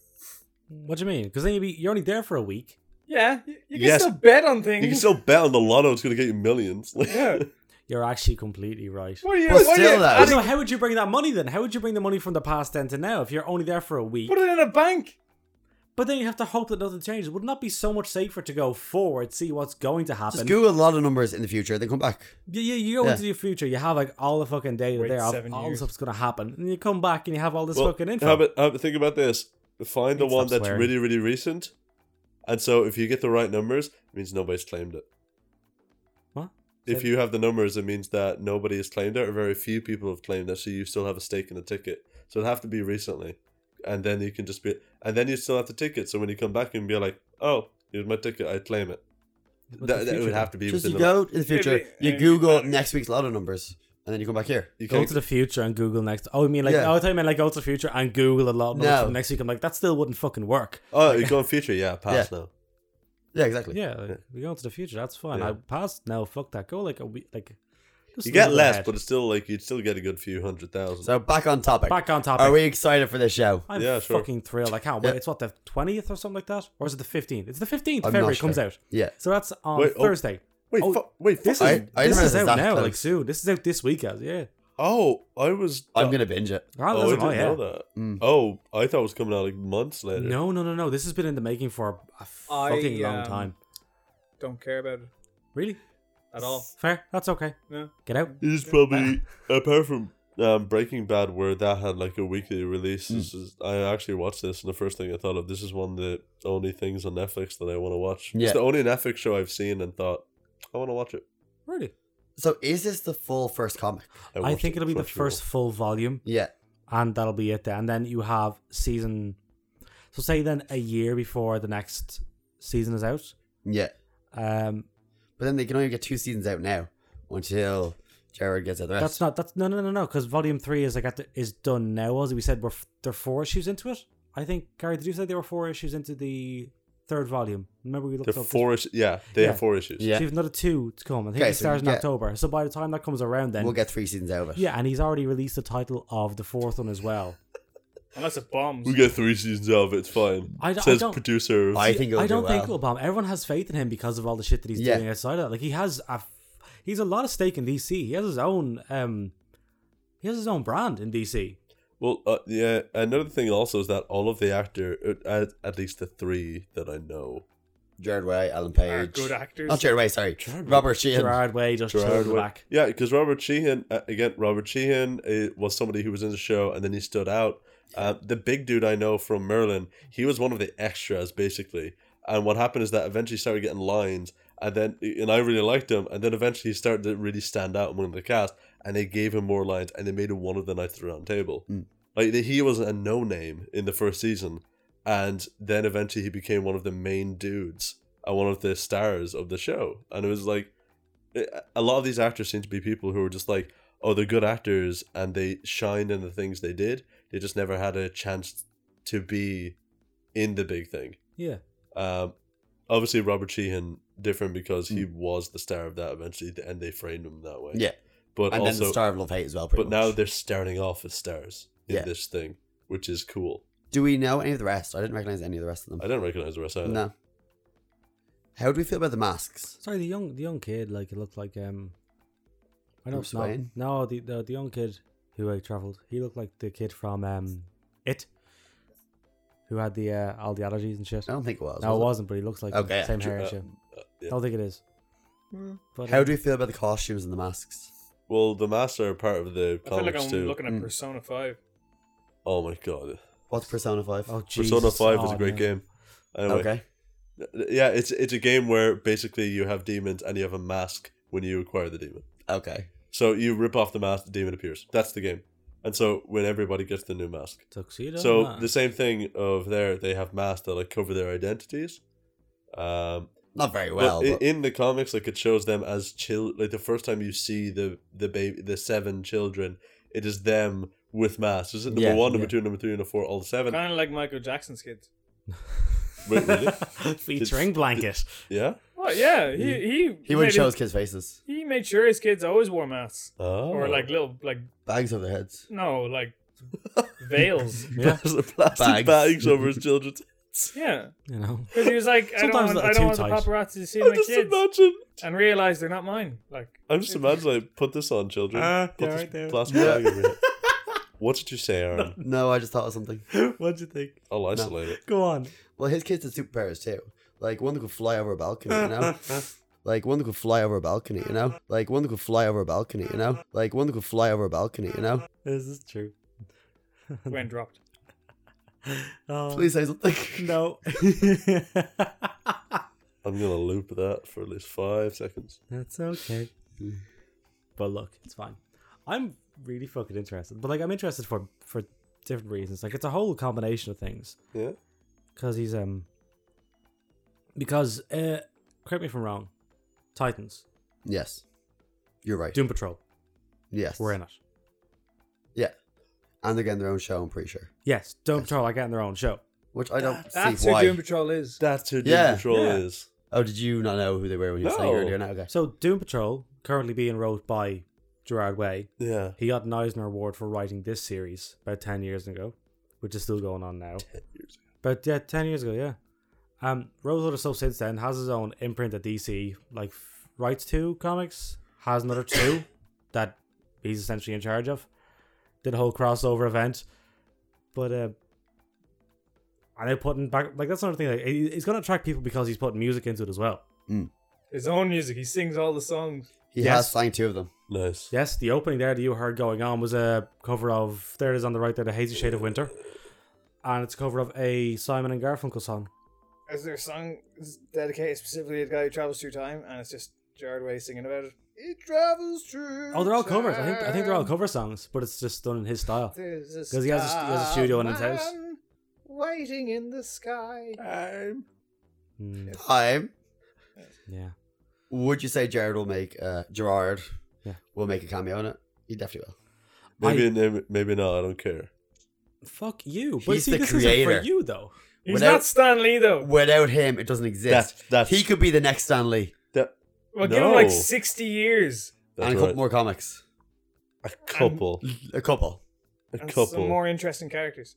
[SPEAKER 4] What do you mean? Because then you'd be you're only there for a week.
[SPEAKER 3] Yeah, you, you can
[SPEAKER 1] Yes.
[SPEAKER 3] still bet on
[SPEAKER 1] You can
[SPEAKER 3] things.
[SPEAKER 1] still bet on the lotto it's going to get you millions. Like,
[SPEAKER 3] yeah.
[SPEAKER 4] You're actually completely right.
[SPEAKER 3] What are you?
[SPEAKER 2] But
[SPEAKER 3] what
[SPEAKER 2] still
[SPEAKER 3] are you
[SPEAKER 2] though.
[SPEAKER 4] I
[SPEAKER 3] adding-
[SPEAKER 4] know, how would you bring that money then? How would you bring the money from the past then to now if you're only there for a week?
[SPEAKER 3] Put it in a bank.
[SPEAKER 4] But then you have to hope that nothing changes. Would not that be so much safer to go forward, see what's going to happen?
[SPEAKER 2] Just Google a lot of numbers in the future, then come back.
[SPEAKER 4] yeah, yeah, you go
[SPEAKER 2] Yeah.
[SPEAKER 4] into the future, you have like all the fucking data
[SPEAKER 3] Wait
[SPEAKER 4] there, of
[SPEAKER 3] seven
[SPEAKER 4] all the
[SPEAKER 3] years.
[SPEAKER 4] stuff's gonna happen, and you come back and you have all this
[SPEAKER 1] Well,
[SPEAKER 4] fucking info.
[SPEAKER 1] have it, have it- think about this. Find the
[SPEAKER 4] Stop
[SPEAKER 1] one that's
[SPEAKER 4] swearing.
[SPEAKER 1] really, really recent And so if you get the right numbers, it means nobody's claimed it.
[SPEAKER 4] What?
[SPEAKER 1] If
[SPEAKER 4] Said-
[SPEAKER 1] you have the numbers, it means that nobody has claimed it, or very few people have claimed it, so you still have a stake in the ticket. So it'd have to be recently. And then you can just be, and then you still have the ticket. So when you come back, you can be like, oh, here's my ticket, I claim it.
[SPEAKER 4] What's the
[SPEAKER 1] That, that
[SPEAKER 4] future
[SPEAKER 1] would
[SPEAKER 4] then?
[SPEAKER 1] have to be
[SPEAKER 2] Just
[SPEAKER 1] within
[SPEAKER 2] you
[SPEAKER 1] the-
[SPEAKER 2] go in the future,
[SPEAKER 3] but-
[SPEAKER 2] you
[SPEAKER 3] uh,
[SPEAKER 2] Google
[SPEAKER 3] uh,
[SPEAKER 2] next week's lotto numbers, and then you come back here.
[SPEAKER 1] You
[SPEAKER 4] Go
[SPEAKER 1] can't,
[SPEAKER 4] to the future and Google next. Oh, you mean like?
[SPEAKER 2] Yeah.
[SPEAKER 4] Oh, I thought you meant like go to the future and Google a lot more
[SPEAKER 2] No.
[SPEAKER 4] for next week. I'm like, that still wouldn't fucking work.
[SPEAKER 1] oh, you go in future, yeah, pass now.
[SPEAKER 2] Yeah, exactly.
[SPEAKER 4] Yeah, like, we go to the future. That's fine.
[SPEAKER 1] Yeah.
[SPEAKER 4] I passed. No, fuck that. Go like a week. Like just
[SPEAKER 1] You
[SPEAKER 4] a
[SPEAKER 1] get
[SPEAKER 4] little
[SPEAKER 1] less,
[SPEAKER 4] ahead.
[SPEAKER 1] but it's still like you'd still get a good few hundred thousand.
[SPEAKER 2] So back on topic.
[SPEAKER 4] back on topic.
[SPEAKER 2] Are we excited for this show?
[SPEAKER 4] I'm
[SPEAKER 1] Yeah, sure.
[SPEAKER 4] fucking thrilled. I can't wait.
[SPEAKER 2] Yeah.
[SPEAKER 4] It's what the twentieth or something like that, or is it the fifteenth? It's the fifteenth.
[SPEAKER 2] I'm
[SPEAKER 4] February
[SPEAKER 2] not
[SPEAKER 4] it comes
[SPEAKER 2] sure.
[SPEAKER 4] out.
[SPEAKER 2] Yeah.
[SPEAKER 4] So that's on
[SPEAKER 1] Wait, oh,
[SPEAKER 4] Thursday.
[SPEAKER 1] wait,
[SPEAKER 4] oh,
[SPEAKER 1] fu- wait,
[SPEAKER 4] This
[SPEAKER 1] fu-
[SPEAKER 2] I- I
[SPEAKER 4] is
[SPEAKER 2] didn't
[SPEAKER 4] this
[SPEAKER 2] realize
[SPEAKER 4] is
[SPEAKER 2] it
[SPEAKER 4] out
[SPEAKER 2] was that
[SPEAKER 4] now,
[SPEAKER 2] close.
[SPEAKER 4] like soon. This is out this week, as yeah.
[SPEAKER 1] oh, I was.
[SPEAKER 2] I'm gonna binge it.
[SPEAKER 4] God,
[SPEAKER 1] Oh, I
[SPEAKER 4] that's-
[SPEAKER 1] didn't
[SPEAKER 4] yeah.
[SPEAKER 1] know that. Oh, I thought it was coming out like months later.
[SPEAKER 4] No, no, no, no. This has been in the making for a
[SPEAKER 3] I,
[SPEAKER 4] fucking long
[SPEAKER 3] um,
[SPEAKER 4] time.
[SPEAKER 3] Don't care about it
[SPEAKER 4] Really?
[SPEAKER 3] at all.
[SPEAKER 4] Fair. That's okay.
[SPEAKER 3] No.
[SPEAKER 4] Get out.
[SPEAKER 1] It's probably apart from um, Breaking Bad, where that had like a weekly release. This is, I actually watched this, and the first thing I thought of this is one of the only things on Netflix that I want to watch.
[SPEAKER 2] Yeah.
[SPEAKER 1] It's the only Netflix show I've seen and thought I want to watch it.
[SPEAKER 4] Really?
[SPEAKER 2] So is this the full first comic?
[SPEAKER 4] I,
[SPEAKER 1] watched
[SPEAKER 4] think it'll be the
[SPEAKER 1] first of all.
[SPEAKER 4] first full volume,
[SPEAKER 2] Yeah.
[SPEAKER 4] and that'll be it. Then, and then you have season. So say then a year before the next season is out.
[SPEAKER 2] Yeah.
[SPEAKER 4] Um,
[SPEAKER 2] But then they can only get two seasons out now until Jared gets out the rest.
[SPEAKER 4] that's not that's no no no no because volume three is like at the, is done now. As we said, we're f- there are four issues into it. I think Gary, did you say there were four issues into the third volume? Remember we looked
[SPEAKER 1] The
[SPEAKER 4] up
[SPEAKER 1] four is- yeah, they
[SPEAKER 4] Yeah.
[SPEAKER 1] have four issues.
[SPEAKER 2] Yeah.
[SPEAKER 4] So you've another two to come. I think
[SPEAKER 2] Okay,
[SPEAKER 4] it
[SPEAKER 2] so
[SPEAKER 4] starts in
[SPEAKER 2] yeah.
[SPEAKER 4] October. So by the time that comes around, then
[SPEAKER 2] we'll get three seasons out of it.
[SPEAKER 4] yeah, and he's already released the title of the fourth one as well.
[SPEAKER 3] Unless it bombs.
[SPEAKER 1] We get three seasons out of it, it's fine.
[SPEAKER 4] I d- I
[SPEAKER 1] Says
[SPEAKER 4] don't-
[SPEAKER 1] producer.
[SPEAKER 2] I think it'll
[SPEAKER 4] I don't
[SPEAKER 2] do
[SPEAKER 4] think
[SPEAKER 2] well.
[SPEAKER 4] it'll bomb. Everyone has faith in him because of all the shit that he's
[SPEAKER 2] Yeah.
[SPEAKER 4] doing outside of that. Like he has a, f- he's a lot of stake in DC. He has his own, um, he has his own brand in DC.
[SPEAKER 1] Well, uh, yeah. Another thing also is that all of the actor, uh, at, at least the three that I know,
[SPEAKER 2] Jared Way, Alan
[SPEAKER 3] Are
[SPEAKER 2] Page.
[SPEAKER 3] good actors.
[SPEAKER 2] Not Jared Way, sorry. Robert Sheehan.
[SPEAKER 4] Gerard Way just
[SPEAKER 1] Gerard
[SPEAKER 4] chilling in the
[SPEAKER 1] Way-
[SPEAKER 4] back.
[SPEAKER 1] Yeah, because Robert Sheehan uh, again, Robert Sheehan uh, was somebody who was in the show and then he stood out. Uh, the big dude I know from Merlin, he was one of the extras basically. And what happened is that eventually he started getting lines, and then and I really liked him, and then eventually he started to really stand out among the cast, and they gave him more lines, and they made him one of the Knights of the Round Table.
[SPEAKER 2] Mm.
[SPEAKER 1] Like he was a no name in the first season, and then eventually he became one of the main dudes and one of the stars of the show, and it was like a lot of these actors seem to be people who are just like, oh, they're good actors and they shine in the things they did. They just never had a chance to be in the big thing.
[SPEAKER 4] Yeah,
[SPEAKER 1] Um, obviously, Robert Sheehan different because he was the star of that eventually, and they framed him that way.
[SPEAKER 2] Hmm. Yeah.
[SPEAKER 1] but
[SPEAKER 2] And then
[SPEAKER 1] also,
[SPEAKER 2] the Star of Love Hate as well. Pretty
[SPEAKER 1] but now
[SPEAKER 2] much.
[SPEAKER 1] they're starting off as stars in
[SPEAKER 2] Yeah.
[SPEAKER 1] this thing, which is cool.
[SPEAKER 2] do we know any of the rest? I didn't recognize any of the rest of
[SPEAKER 1] I
[SPEAKER 2] them.
[SPEAKER 1] don't recognize the rest of
[SPEAKER 2] No. How do we feel about the masks?
[SPEAKER 4] sorry, the young the young kid like it looked like um, I know
[SPEAKER 2] Bruce
[SPEAKER 4] it's not.
[SPEAKER 2] Wayne?
[SPEAKER 4] No, the, the the young kid who I travelled, he looked like the kid from um, it, who had the uh, all the allergies and shit.
[SPEAKER 2] I don't think it Oh, was.
[SPEAKER 4] No, it
[SPEAKER 2] was
[SPEAKER 4] wasn't, but he looks like
[SPEAKER 2] Okay,
[SPEAKER 4] the same
[SPEAKER 1] Ju-
[SPEAKER 4] hair.
[SPEAKER 1] uh,
[SPEAKER 4] issue.
[SPEAKER 1] uh,
[SPEAKER 4] I
[SPEAKER 1] yeah.
[SPEAKER 4] don't think it is.
[SPEAKER 2] it?
[SPEAKER 4] But
[SPEAKER 2] How
[SPEAKER 4] um,
[SPEAKER 2] do we feel about the costumes and the masks?
[SPEAKER 1] Well, the master are part of the
[SPEAKER 3] I feel like
[SPEAKER 1] comics
[SPEAKER 3] I'm
[SPEAKER 1] too.
[SPEAKER 3] looking at
[SPEAKER 2] Mm.
[SPEAKER 3] Persona 5.
[SPEAKER 1] Oh my god,
[SPEAKER 2] What's Persona 5?
[SPEAKER 4] Oh, Jesus.
[SPEAKER 1] Persona Five was
[SPEAKER 4] Oh,
[SPEAKER 1] a great
[SPEAKER 4] no.
[SPEAKER 1] game. Anyway,
[SPEAKER 2] okay.
[SPEAKER 1] Yeah, it's it's a game where basically you have demons and you have a mask when you acquire the demon.
[SPEAKER 2] Okay.
[SPEAKER 1] So you rip off the mask, the demon appears. That's the game. And so when everybody gets the new mask.
[SPEAKER 4] Tuxedo.
[SPEAKER 1] so
[SPEAKER 4] Man.
[SPEAKER 1] the same thing of there, they have masks that like cover their identities. Um
[SPEAKER 2] Not very
[SPEAKER 1] well,
[SPEAKER 2] well.
[SPEAKER 1] in,
[SPEAKER 2] But
[SPEAKER 1] the comics like it shows them as chill like the first time you see the the baby the seven children, it is them with masks. Is it number
[SPEAKER 2] Yeah,
[SPEAKER 1] one, number
[SPEAKER 4] yeah.
[SPEAKER 1] two, number three, number four, all seven?
[SPEAKER 3] Kind of like Michael Jackson's kids.
[SPEAKER 1] Wait, really?
[SPEAKER 4] Featuring
[SPEAKER 1] It's-
[SPEAKER 4] blanket.
[SPEAKER 1] Yeah?
[SPEAKER 3] Well, yeah, he he
[SPEAKER 2] he wouldn't
[SPEAKER 3] made
[SPEAKER 2] show
[SPEAKER 3] his-
[SPEAKER 2] his kids' faces.
[SPEAKER 3] He made sure his kids always wore masks
[SPEAKER 1] Oh.
[SPEAKER 3] or like little like
[SPEAKER 2] Bags over their heads.
[SPEAKER 3] no like veils.
[SPEAKER 4] Yeah.
[SPEAKER 1] plastic bags.
[SPEAKER 2] Bags.
[SPEAKER 1] over his children.
[SPEAKER 3] Yeah,
[SPEAKER 4] You know.
[SPEAKER 3] because he was like, I don't
[SPEAKER 4] Sometimes
[SPEAKER 3] want,
[SPEAKER 4] they're
[SPEAKER 3] I
[SPEAKER 4] too
[SPEAKER 3] don't want the
[SPEAKER 4] tight.
[SPEAKER 3] paparazzi to see
[SPEAKER 1] I'm
[SPEAKER 3] my
[SPEAKER 1] just
[SPEAKER 3] kids
[SPEAKER 1] imagine.
[SPEAKER 3] and realize they're not mine. Like
[SPEAKER 1] I'm just imagine. Like, put this on, children.
[SPEAKER 4] Ah,
[SPEAKER 1] put this plastic
[SPEAKER 2] Yeah.
[SPEAKER 1] bag over it. What did you say, Aaron?
[SPEAKER 2] No, I just thought of something.
[SPEAKER 4] What'd you think?
[SPEAKER 1] I'll isolate it.
[SPEAKER 4] Go on.
[SPEAKER 2] Well, his kids had superpowers too. Like one that could fly over a balcony, you know. Like one that could fly over a balcony, you know. Like one that could fly over a balcony, you know. Like one that could fly over a balcony, you know.
[SPEAKER 4] This is true.
[SPEAKER 3] when dropped.
[SPEAKER 4] Oh,
[SPEAKER 2] Please say something.
[SPEAKER 4] No.
[SPEAKER 1] I'm gonna loop that for at least five seconds.
[SPEAKER 4] That's okay. But look, it's fine. I'm really fucking interested. But like I'm interested for for different reasons. Like it's a whole combination of things.
[SPEAKER 1] Yeah.
[SPEAKER 4] Because he's um because uh correct me if I'm wrong. Titans,
[SPEAKER 2] Yes. You're right.
[SPEAKER 4] Doom Patrol,
[SPEAKER 2] Yes.
[SPEAKER 4] we're in it.
[SPEAKER 2] Yeah. And they're getting their own show, I'm pretty sure.
[SPEAKER 4] Yes, Doom Patrol are getting their own show.
[SPEAKER 2] Which I don't
[SPEAKER 3] That's
[SPEAKER 2] see
[SPEAKER 3] who
[SPEAKER 2] why.
[SPEAKER 3] Doom Patrol is.
[SPEAKER 1] That's who Doom
[SPEAKER 2] Yeah.
[SPEAKER 1] Patrol
[SPEAKER 4] Yeah.
[SPEAKER 1] is.
[SPEAKER 2] oh, did you not know who they were when you were saying
[SPEAKER 1] No.
[SPEAKER 2] earlier? No, okay.
[SPEAKER 4] So Doom Patrol, currently being wrote by Gerard Way,
[SPEAKER 1] Yeah.
[SPEAKER 4] he got an Eisner Award for writing this series about ten years ago, which is still going on now. But yeah, ten years ago, yeah. Um, wrote a lot of stuff since then. Has his own imprint at DC, like f- writes two comics. Has another two that he's essentially in charge of. Did a whole crossover event, but uh, and they putting back like that's another thing. Like, he- he's gonna attract people because he's putting music into it as well.
[SPEAKER 3] His own music. He sings all the songs.
[SPEAKER 2] He
[SPEAKER 4] Yes.
[SPEAKER 2] has signed two of them.
[SPEAKER 1] Nice.
[SPEAKER 4] Yes, the opening there that you heard going on was a cover of there it is on the right there, the hazy shade of winter, and it's a cover of a Simon and Garfunkel song.
[SPEAKER 3] Is there a song dedicated specifically to the guy who travels through time? And it's just Jared Way singing about it. It travels through.
[SPEAKER 4] Oh, they're all covers. I think I think they're all cover songs, but it's just done in his style.
[SPEAKER 3] Because
[SPEAKER 4] 'Cause he has a- he has a studio in his house.
[SPEAKER 3] Waiting in the sky. Um,
[SPEAKER 1] Time.
[SPEAKER 4] Mm,
[SPEAKER 2] Time.
[SPEAKER 4] yeah,
[SPEAKER 2] Would you say Jared will make uh Gerard
[SPEAKER 4] Yeah.
[SPEAKER 2] will make a cameo in it? He definitely will.
[SPEAKER 1] Maybe name maybe not. I don't care.
[SPEAKER 4] fuck you. But
[SPEAKER 2] He's
[SPEAKER 4] see,
[SPEAKER 2] the
[SPEAKER 4] this
[SPEAKER 2] creator.
[SPEAKER 4] isn't for you though.
[SPEAKER 3] He's
[SPEAKER 2] Without-
[SPEAKER 3] not Stan Lee though.
[SPEAKER 2] Without him, it doesn't exist.
[SPEAKER 1] That's- that's-
[SPEAKER 2] he could be the next Stan Lee
[SPEAKER 1] That,
[SPEAKER 3] Well, give him like
[SPEAKER 1] No.
[SPEAKER 3] sixty years
[SPEAKER 1] that's
[SPEAKER 2] and a couple
[SPEAKER 1] right.
[SPEAKER 2] more comics.
[SPEAKER 1] A couple.
[SPEAKER 2] A couple.
[SPEAKER 1] A
[SPEAKER 3] and
[SPEAKER 1] couple.
[SPEAKER 3] some more interesting characters.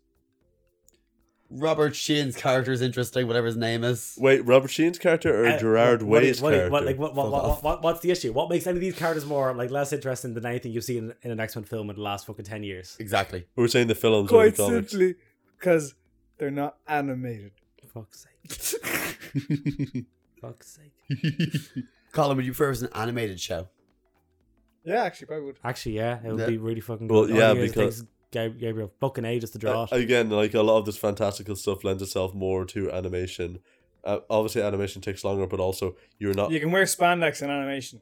[SPEAKER 2] Robert Sheen's character is interesting, whatever his name is.
[SPEAKER 1] Wait, Robert Sheen's character or
[SPEAKER 4] Uh,
[SPEAKER 1] Gerard
[SPEAKER 4] what- what-
[SPEAKER 1] Way's
[SPEAKER 4] what-
[SPEAKER 1] character?
[SPEAKER 4] What, like, what, what,
[SPEAKER 2] Fuck
[SPEAKER 4] what,
[SPEAKER 2] off.
[SPEAKER 4] what, what's the issue? What makes any of these characters more like less interesting than anything you've seen in an X Men film in the last fucking ten years?
[SPEAKER 2] Exactly.
[SPEAKER 1] we were saying the films or the
[SPEAKER 3] Quite
[SPEAKER 1] comics.
[SPEAKER 3] simply because they're not animated.
[SPEAKER 4] Fuck's sake! Fuck's sake!
[SPEAKER 2] Colin, would you prefer it was an animated show?
[SPEAKER 3] Yeah, actually, probably would.
[SPEAKER 4] Actually, yeah, it would
[SPEAKER 2] Yeah.
[SPEAKER 4] be really fucking
[SPEAKER 1] Well,
[SPEAKER 4] good. All
[SPEAKER 1] yeah,
[SPEAKER 4] the years it
[SPEAKER 1] because-
[SPEAKER 4] takes Gab- Gabriel fucking ages to draw.
[SPEAKER 1] Uh,
[SPEAKER 4] it.
[SPEAKER 1] again, like a lot of this fantastical stuff lends itself more to animation. Uh, obviously, animation takes longer, but also you're
[SPEAKER 4] Uh.
[SPEAKER 1] not.
[SPEAKER 3] You can wear spandex in animation.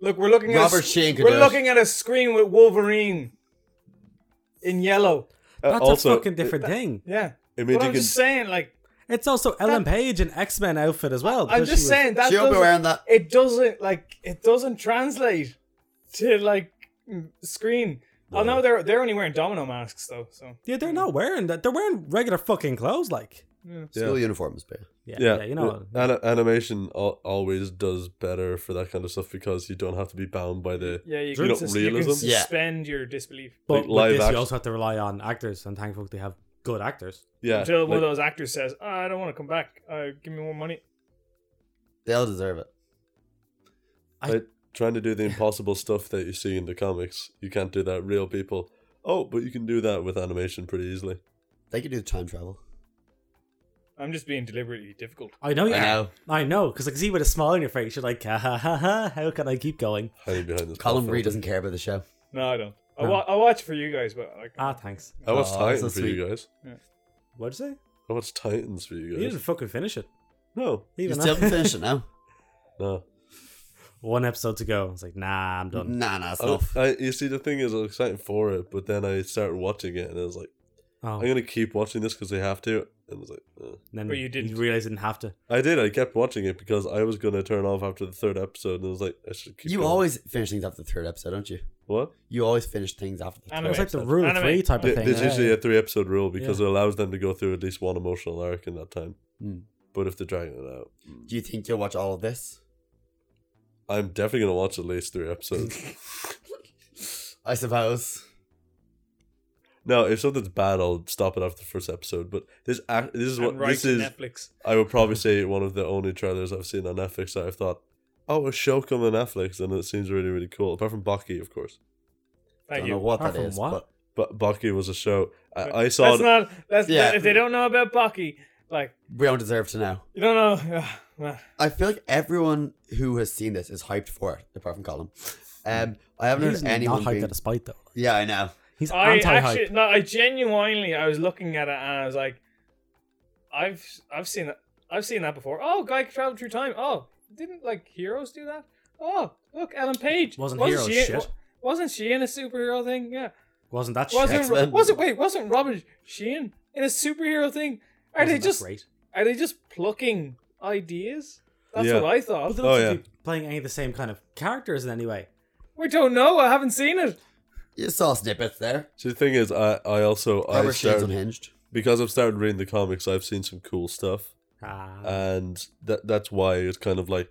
[SPEAKER 3] Look, we're looking at
[SPEAKER 2] Robert
[SPEAKER 3] a,
[SPEAKER 2] Sheen could do
[SPEAKER 3] We're
[SPEAKER 2] it.
[SPEAKER 3] looking at a screen with Wolverine in yellow.
[SPEAKER 1] uh,
[SPEAKER 4] That's
[SPEAKER 1] also,
[SPEAKER 4] a fucking different thing.
[SPEAKER 3] Yeah,
[SPEAKER 1] It, it means
[SPEAKER 3] but
[SPEAKER 1] you
[SPEAKER 3] I'm
[SPEAKER 1] can.
[SPEAKER 3] just saying, like,
[SPEAKER 4] It's also Ellen Page in X Men outfit as well.
[SPEAKER 3] I'm
[SPEAKER 4] because
[SPEAKER 3] just
[SPEAKER 4] she was-
[SPEAKER 3] saying that
[SPEAKER 2] She'll be
[SPEAKER 3] doesn't-
[SPEAKER 2] wearing that.
[SPEAKER 3] it doesn't like it doesn't translate to like m- screen. Oh no, they're they're only wearing domino masks though. So
[SPEAKER 4] Yeah, they're not wearing that. They're wearing regular fucking clothes, like.
[SPEAKER 2] School uniforms, but
[SPEAKER 4] Yeah,
[SPEAKER 1] yeah,
[SPEAKER 4] yeah, you know.
[SPEAKER 1] yeah, an- animation al- always does better for that kind of stuff because you don't have to be bound by the.
[SPEAKER 3] yeah, you
[SPEAKER 1] Drew,
[SPEAKER 3] can,
[SPEAKER 1] not
[SPEAKER 3] sus- you
[SPEAKER 1] realism?
[SPEAKER 3] can
[SPEAKER 2] Yeah.
[SPEAKER 3] suspend your disbelief
[SPEAKER 1] like
[SPEAKER 4] But
[SPEAKER 1] live
[SPEAKER 4] with this,
[SPEAKER 1] action.
[SPEAKER 4] you also have to rely on actors, and thankfully they have good actors.
[SPEAKER 1] Yeah,
[SPEAKER 3] until one of
[SPEAKER 1] like,
[SPEAKER 3] those actors says, oh, "I don't want to come back. Uh, give me more money."
[SPEAKER 2] they'll deserve it.
[SPEAKER 4] I-
[SPEAKER 1] like, trying to do the impossible stuff that you see in the comics. You can't do that. Real people. Oh, but you can do that with animation pretty easily.
[SPEAKER 2] They could do the time travel.
[SPEAKER 3] I'm just being deliberately difficult.
[SPEAKER 4] I know.
[SPEAKER 2] I
[SPEAKER 4] Oh, Yeah,
[SPEAKER 2] know.
[SPEAKER 4] I know. Because I can see with a smile on your face, you're like, ha ha ha ha. How can I keep going?
[SPEAKER 1] Hiding behind this.
[SPEAKER 2] Colin
[SPEAKER 1] platform.
[SPEAKER 2] Reed doesn't care about the show.
[SPEAKER 3] No, I don't. I,
[SPEAKER 4] No.
[SPEAKER 3] wa- I watch for you guys, but like,
[SPEAKER 4] Ah, thanks.
[SPEAKER 1] I watched
[SPEAKER 2] Aw, that's
[SPEAKER 1] Titans
[SPEAKER 2] so
[SPEAKER 1] for you guys.
[SPEAKER 4] What'd you say?
[SPEAKER 1] I watched Titans for you
[SPEAKER 4] You
[SPEAKER 1] guys.
[SPEAKER 4] didn't fucking finish it.
[SPEAKER 1] No,
[SPEAKER 2] You
[SPEAKER 4] Even
[SPEAKER 2] still
[SPEAKER 4] though-
[SPEAKER 2] haven't finished it now.
[SPEAKER 1] no.
[SPEAKER 4] one episode to go. It's like, nah, I'm done.
[SPEAKER 2] Nah, nah, it's
[SPEAKER 1] I,
[SPEAKER 2] not.
[SPEAKER 1] I, you see, the thing is, I was excited for it, but then I started watching it, and I was like,
[SPEAKER 4] Oh,
[SPEAKER 1] I'm gonna keep watching this because they have to. And I was like, uh.
[SPEAKER 4] then
[SPEAKER 3] But you didn't.
[SPEAKER 4] You realize you didn't have to.
[SPEAKER 1] I did. I kept watching it because I was gonna turn off after the third episode, and I was like, I should keep.
[SPEAKER 2] You
[SPEAKER 1] going.
[SPEAKER 2] always finish things after the third episode, don't you?
[SPEAKER 1] what?
[SPEAKER 2] You always finish things after the
[SPEAKER 3] And
[SPEAKER 2] third
[SPEAKER 4] It's like the
[SPEAKER 2] episode.
[SPEAKER 4] rule of
[SPEAKER 3] Anime.
[SPEAKER 4] three type of
[SPEAKER 1] Th-
[SPEAKER 4] thing.
[SPEAKER 1] There's
[SPEAKER 4] yeah.
[SPEAKER 1] usually a three episode rule because it allows them to go through at least one emotional arc in that time.
[SPEAKER 2] Hmm.
[SPEAKER 1] But if they're dragging it out,
[SPEAKER 2] Do you think you'll watch all of this?
[SPEAKER 1] I'm definitely gonna watch at least three episodes.
[SPEAKER 2] I suppose.
[SPEAKER 1] no, if something's bad, I'll stop it after the first episode. But this, ac- this is
[SPEAKER 3] and
[SPEAKER 1] what
[SPEAKER 3] right
[SPEAKER 1] this
[SPEAKER 3] to
[SPEAKER 1] is.
[SPEAKER 3] Netflix.
[SPEAKER 1] I would probably say one of the only trailers I've seen on Netflix that I've thought, oh, a show coming on Netflix, and it seems really, really cool. Apart from Baki, of course.
[SPEAKER 2] I
[SPEAKER 3] Thank
[SPEAKER 2] don't
[SPEAKER 3] you.
[SPEAKER 2] know what
[SPEAKER 4] Apart
[SPEAKER 2] that
[SPEAKER 4] from
[SPEAKER 2] is,
[SPEAKER 4] what?
[SPEAKER 2] but
[SPEAKER 1] But Baki was a show I, I saw.
[SPEAKER 3] That's
[SPEAKER 1] it-
[SPEAKER 3] not. That's
[SPEAKER 2] Yeah.
[SPEAKER 3] if they don't know about Bucky, like
[SPEAKER 2] we don't deserve to know.
[SPEAKER 3] you don't know. Ah, man.
[SPEAKER 2] I feel like everyone who has seen this is hyped for it, apart from Colin. Um, I haven't
[SPEAKER 4] He's
[SPEAKER 2] heard anyone
[SPEAKER 4] not hyped
[SPEAKER 2] being...
[SPEAKER 4] out of spite though.
[SPEAKER 2] Yeah, I know.
[SPEAKER 4] He's
[SPEAKER 3] I
[SPEAKER 4] anti-hype.
[SPEAKER 3] actually, no, I genuinely, I was looking at it and I was like, I've, I've seen, I've seen that before. Oh, guy can travel through time. Oh, didn't like heroes do that? Oh, look, Ellen Page
[SPEAKER 4] Wasn't
[SPEAKER 3] she?
[SPEAKER 4] Heroes
[SPEAKER 3] in-
[SPEAKER 4] shit.
[SPEAKER 3] Wasn't she in a superhero thing? Yeah.
[SPEAKER 4] Wasn't that shit?
[SPEAKER 3] Wasn't
[SPEAKER 2] X-Men.
[SPEAKER 3] wasn't wait wasn't Robin Sheehan in a superhero thing? Are
[SPEAKER 4] Wasn't
[SPEAKER 3] they
[SPEAKER 4] that
[SPEAKER 3] just
[SPEAKER 4] great?
[SPEAKER 3] are they just plucking ideas? That's
[SPEAKER 1] Yeah.
[SPEAKER 3] what I
[SPEAKER 4] But
[SPEAKER 3] thought.
[SPEAKER 4] they
[SPEAKER 1] Oh,
[SPEAKER 4] don't seem
[SPEAKER 1] yeah.
[SPEAKER 4] to be playing any of the same kind of characters in any way.
[SPEAKER 3] We don't know. I haven't seen it.
[SPEAKER 2] You saw snippets there.
[SPEAKER 1] So the thing is, I, I also I
[SPEAKER 2] Robert Sheehan's
[SPEAKER 1] started,
[SPEAKER 2] unhinged.
[SPEAKER 1] because I've started reading the comics. I've seen some cool stuff, Uh,
[SPEAKER 4] Ah,
[SPEAKER 1] and that that's why it's kind of like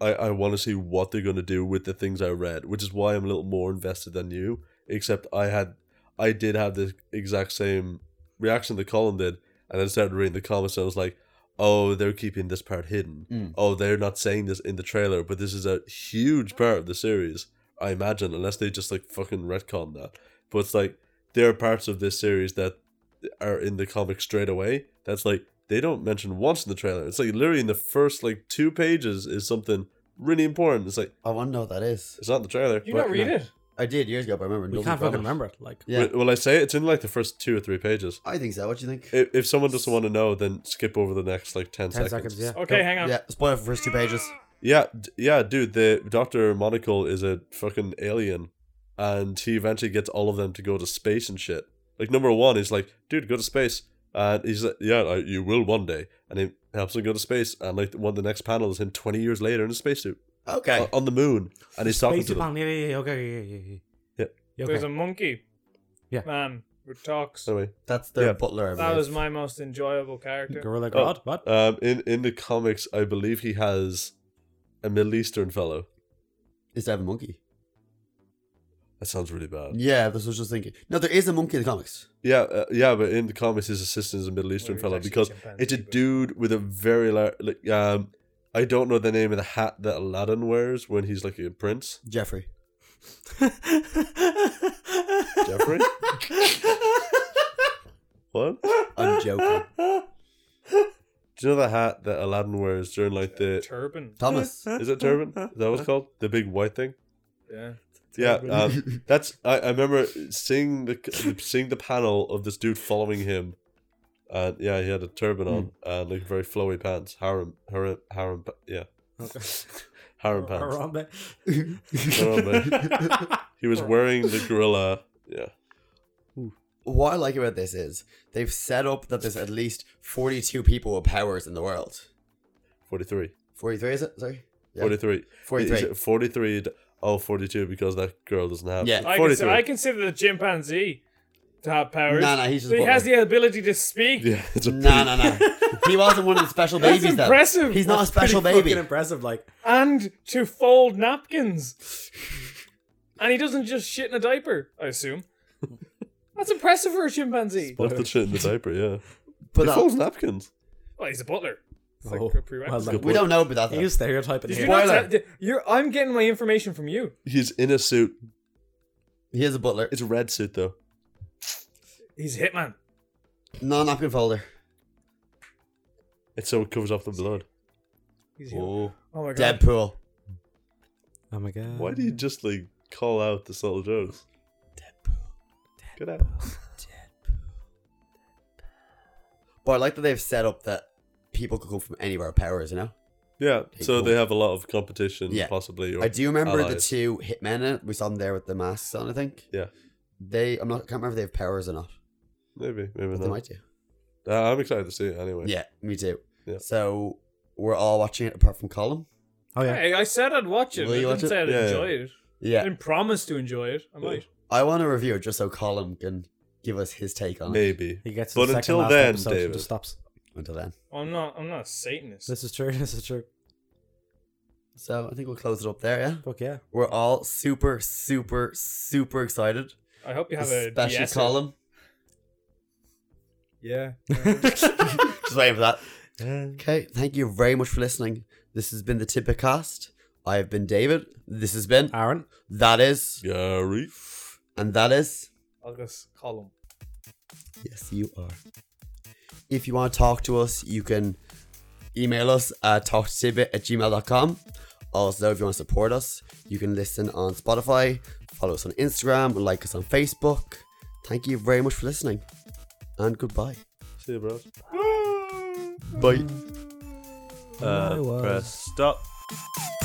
[SPEAKER 1] I I want to see what they're gonna do with the things I read, which is why I'm a little more invested than you. Except I had I did have the exact same reaction that Colin did, and I started reading the comics, and I was like, oh, they're keeping this part hidden.
[SPEAKER 2] Mm.
[SPEAKER 1] Oh, they're not saying this in the trailer, but this is a huge part of the series, I imagine, unless they just like fucking retcon that. But it's like there are parts of this series that are in the comic straight away. That's like they don't mention once in the trailer. It's like literally in the first like two pages is something really important. It's like
[SPEAKER 2] I want to know what that is.
[SPEAKER 1] it's not in the trailer.
[SPEAKER 3] You
[SPEAKER 1] but-
[SPEAKER 3] don't read
[SPEAKER 2] no.
[SPEAKER 3] it.
[SPEAKER 2] I did years ago, but I remember.
[SPEAKER 4] we
[SPEAKER 2] nobody
[SPEAKER 4] can't fucking
[SPEAKER 2] bothered.
[SPEAKER 4] remember it. Like,
[SPEAKER 2] Yeah,
[SPEAKER 1] Will- Will I say it? it's in like the first two or three pages?
[SPEAKER 2] I think so. What do you think?
[SPEAKER 1] If, if someone doesn't want to know, then skip over the next like ten,
[SPEAKER 4] ten
[SPEAKER 1] seconds.
[SPEAKER 4] seconds. Yeah.
[SPEAKER 3] Okay, hang on.
[SPEAKER 2] yeah, spoiler for the first two pages.
[SPEAKER 1] Yeah, d- yeah, dude. The Doctor Monocle is a fucking alien, and he eventually gets all of them to go to space and shit. Like number one is like, dude, go to space, and he's like, yeah, I, you will one day, and he helps him go to space, and like one of the next panel is him twenty years later in a spacesuit
[SPEAKER 3] Oh.
[SPEAKER 2] Okay.
[SPEAKER 1] o- on the moon, and he's talking to
[SPEAKER 4] Basically,
[SPEAKER 1] them.
[SPEAKER 4] yeah, yeah, yeah, okay, yeah, yeah, yeah.
[SPEAKER 1] Yeah.
[SPEAKER 4] Yeah,
[SPEAKER 3] There's
[SPEAKER 4] okay.
[SPEAKER 3] a monkey.
[SPEAKER 4] Yeah.
[SPEAKER 3] Man who talks.
[SPEAKER 1] Anyway,
[SPEAKER 2] That's their
[SPEAKER 1] Yeah.
[SPEAKER 2] butler. I
[SPEAKER 3] That
[SPEAKER 2] believe.
[SPEAKER 3] was my most enjoyable character.
[SPEAKER 4] Gorilla
[SPEAKER 1] Oh,
[SPEAKER 4] God. What?
[SPEAKER 1] um, in in the comics, I believe he has a Middle Eastern fellow.
[SPEAKER 2] Is to have a monkey?
[SPEAKER 1] That sounds really bad.
[SPEAKER 2] Yeah, this was just thinking. No, there is a monkey in the comics.
[SPEAKER 1] Yeah, uh, yeah, but in the comics, his assistant is a Middle Eastern
[SPEAKER 3] Well,
[SPEAKER 1] fellow
[SPEAKER 3] he's actually
[SPEAKER 1] because
[SPEAKER 3] chimpanzee,
[SPEAKER 1] It's a
[SPEAKER 3] but-
[SPEAKER 1] dude with a very large, like, um, I don't know the name of the hat that Aladdin wears when he's like a prince.
[SPEAKER 2] Jeffrey.
[SPEAKER 1] Jeffrey? What? Do
[SPEAKER 2] I'm joking.
[SPEAKER 1] you know the hat that Aladdin wears during like the?
[SPEAKER 3] turban.
[SPEAKER 2] Thomas.
[SPEAKER 1] Is it turban? Is that what it's called? The big white thing.
[SPEAKER 3] Yeah.
[SPEAKER 1] Yeah, um, that's I, I remember seeing the seeing the panel of this dude following him, and yeah, he had a turban on and like very flowy pants, harem, harem, harem, pa- yeah,
[SPEAKER 4] Okay.
[SPEAKER 1] harem
[SPEAKER 4] Oh,
[SPEAKER 1] pants.
[SPEAKER 4] Harambe.
[SPEAKER 1] Harambe. He was wearing the gorilla. Yeah,
[SPEAKER 2] what I like about this is they've set up that there's at least 42 people with powers in the world.
[SPEAKER 1] forty three.
[SPEAKER 2] 43 is it? Sorry. Yeah.
[SPEAKER 1] 43. Is
[SPEAKER 2] 43.
[SPEAKER 1] it 43? Oh, 42 because that girl doesn't have.
[SPEAKER 2] Yeah.
[SPEAKER 3] I,
[SPEAKER 1] 43.
[SPEAKER 3] consider, I consider the chimpanzee to have powers.
[SPEAKER 2] No, no, he's just
[SPEAKER 3] he has
[SPEAKER 2] butler.
[SPEAKER 3] the ability to speak.
[SPEAKER 1] yeah, it's a
[SPEAKER 2] No, no, no. He wasn't one of the special
[SPEAKER 3] That's
[SPEAKER 2] babies though.
[SPEAKER 3] impressive.
[SPEAKER 2] He's not a special
[SPEAKER 4] Pretty
[SPEAKER 2] baby.
[SPEAKER 4] Fucking impressive. Like,
[SPEAKER 3] and to fold napkins. and he doesn't just shit in a diaper, I assume. That's impressive for a chimpanzee.
[SPEAKER 1] Left the shit in the diaper, yeah.
[SPEAKER 2] But
[SPEAKER 1] he
[SPEAKER 2] that-
[SPEAKER 1] folds napkins.
[SPEAKER 3] Well, he's a butler. It's like
[SPEAKER 4] oh,
[SPEAKER 3] a prerequisite.
[SPEAKER 4] well done.
[SPEAKER 2] we don't know about that.
[SPEAKER 4] You
[SPEAKER 2] Though.
[SPEAKER 4] stereotype it
[SPEAKER 3] Did
[SPEAKER 4] here.
[SPEAKER 3] you not
[SPEAKER 2] Spoiler.
[SPEAKER 3] tell- did- you're, I'm getting my information from you.
[SPEAKER 1] He's in a suit.
[SPEAKER 2] He is a butler.
[SPEAKER 1] It's a red suit, though.
[SPEAKER 3] He's a hitman.
[SPEAKER 2] No napkin folder.
[SPEAKER 1] And so it covers up the blood.
[SPEAKER 3] He's a
[SPEAKER 2] Oh,
[SPEAKER 3] heel. oh my god.
[SPEAKER 2] Deadpool.
[SPEAKER 4] Oh my god.
[SPEAKER 1] Why do you just, like, call out the subtle jokes? Deadpool. Good out.
[SPEAKER 2] But I like that they've set up that people could come from anywhere with powers, you know?
[SPEAKER 1] Yeah,
[SPEAKER 2] Okay,
[SPEAKER 1] so
[SPEAKER 2] cool.
[SPEAKER 1] they have a lot of competition,
[SPEAKER 2] Yeah.
[SPEAKER 1] possibly. Or,
[SPEAKER 2] I do remember the
[SPEAKER 1] allies.
[SPEAKER 2] two hitmen in it. We saw them there with the masks on, I think.
[SPEAKER 1] Yeah.
[SPEAKER 2] They, I'm not, I can't remember if they have powers or not.
[SPEAKER 1] Maybe, maybe
[SPEAKER 2] But they
[SPEAKER 1] not.
[SPEAKER 2] might do.
[SPEAKER 1] Uh, I'm excited to see it anyway.
[SPEAKER 2] Yeah, me too.
[SPEAKER 1] Yeah.
[SPEAKER 2] So we're all watching it apart from Colin.
[SPEAKER 4] Oh yeah.
[SPEAKER 3] Hey, I said I'd watch it.
[SPEAKER 2] Will
[SPEAKER 3] I
[SPEAKER 2] you
[SPEAKER 3] didn't
[SPEAKER 2] watch it?
[SPEAKER 3] say I'd
[SPEAKER 1] Yeah,
[SPEAKER 3] enjoy it. I
[SPEAKER 2] Yeah.
[SPEAKER 3] didn't promise to enjoy it. I might.
[SPEAKER 2] I want to review it just so Colin can give us his take on it
[SPEAKER 1] Maybe.
[SPEAKER 4] He gets to
[SPEAKER 1] But
[SPEAKER 4] the second
[SPEAKER 1] until
[SPEAKER 4] last
[SPEAKER 1] then,
[SPEAKER 4] episode and
[SPEAKER 1] David.
[SPEAKER 4] just stops.
[SPEAKER 2] until then.
[SPEAKER 3] I'm not. I'm not a Satanist.
[SPEAKER 4] This is true. This is true.
[SPEAKER 2] So I think we'll close it up there, yeah?
[SPEAKER 4] Fuck yeah.
[SPEAKER 2] We're all super, super, super excited.
[SPEAKER 3] I hope you have a
[SPEAKER 2] Especially
[SPEAKER 3] de-esser.
[SPEAKER 2] Colin.
[SPEAKER 3] Yeah.
[SPEAKER 2] Just waiting for that. Okay, thank you very much for listening. This has been the Tippercast. I have been David. This has been
[SPEAKER 3] Uh,
[SPEAKER 4] Aaron.
[SPEAKER 2] That Is
[SPEAKER 1] Gary.
[SPEAKER 2] and That Is.
[SPEAKER 3] I'll just call him.
[SPEAKER 2] Yes, you are. If you want to talk to us, you can email us at talktotibit at gmail.com. Also, if you want to support us, you can listen on Spotify, follow us on Instagram, like us on Facebook. Thank you very much for listening, and goodbye.
[SPEAKER 5] See you, bro.
[SPEAKER 2] Bye.
[SPEAKER 1] Uh, press stop.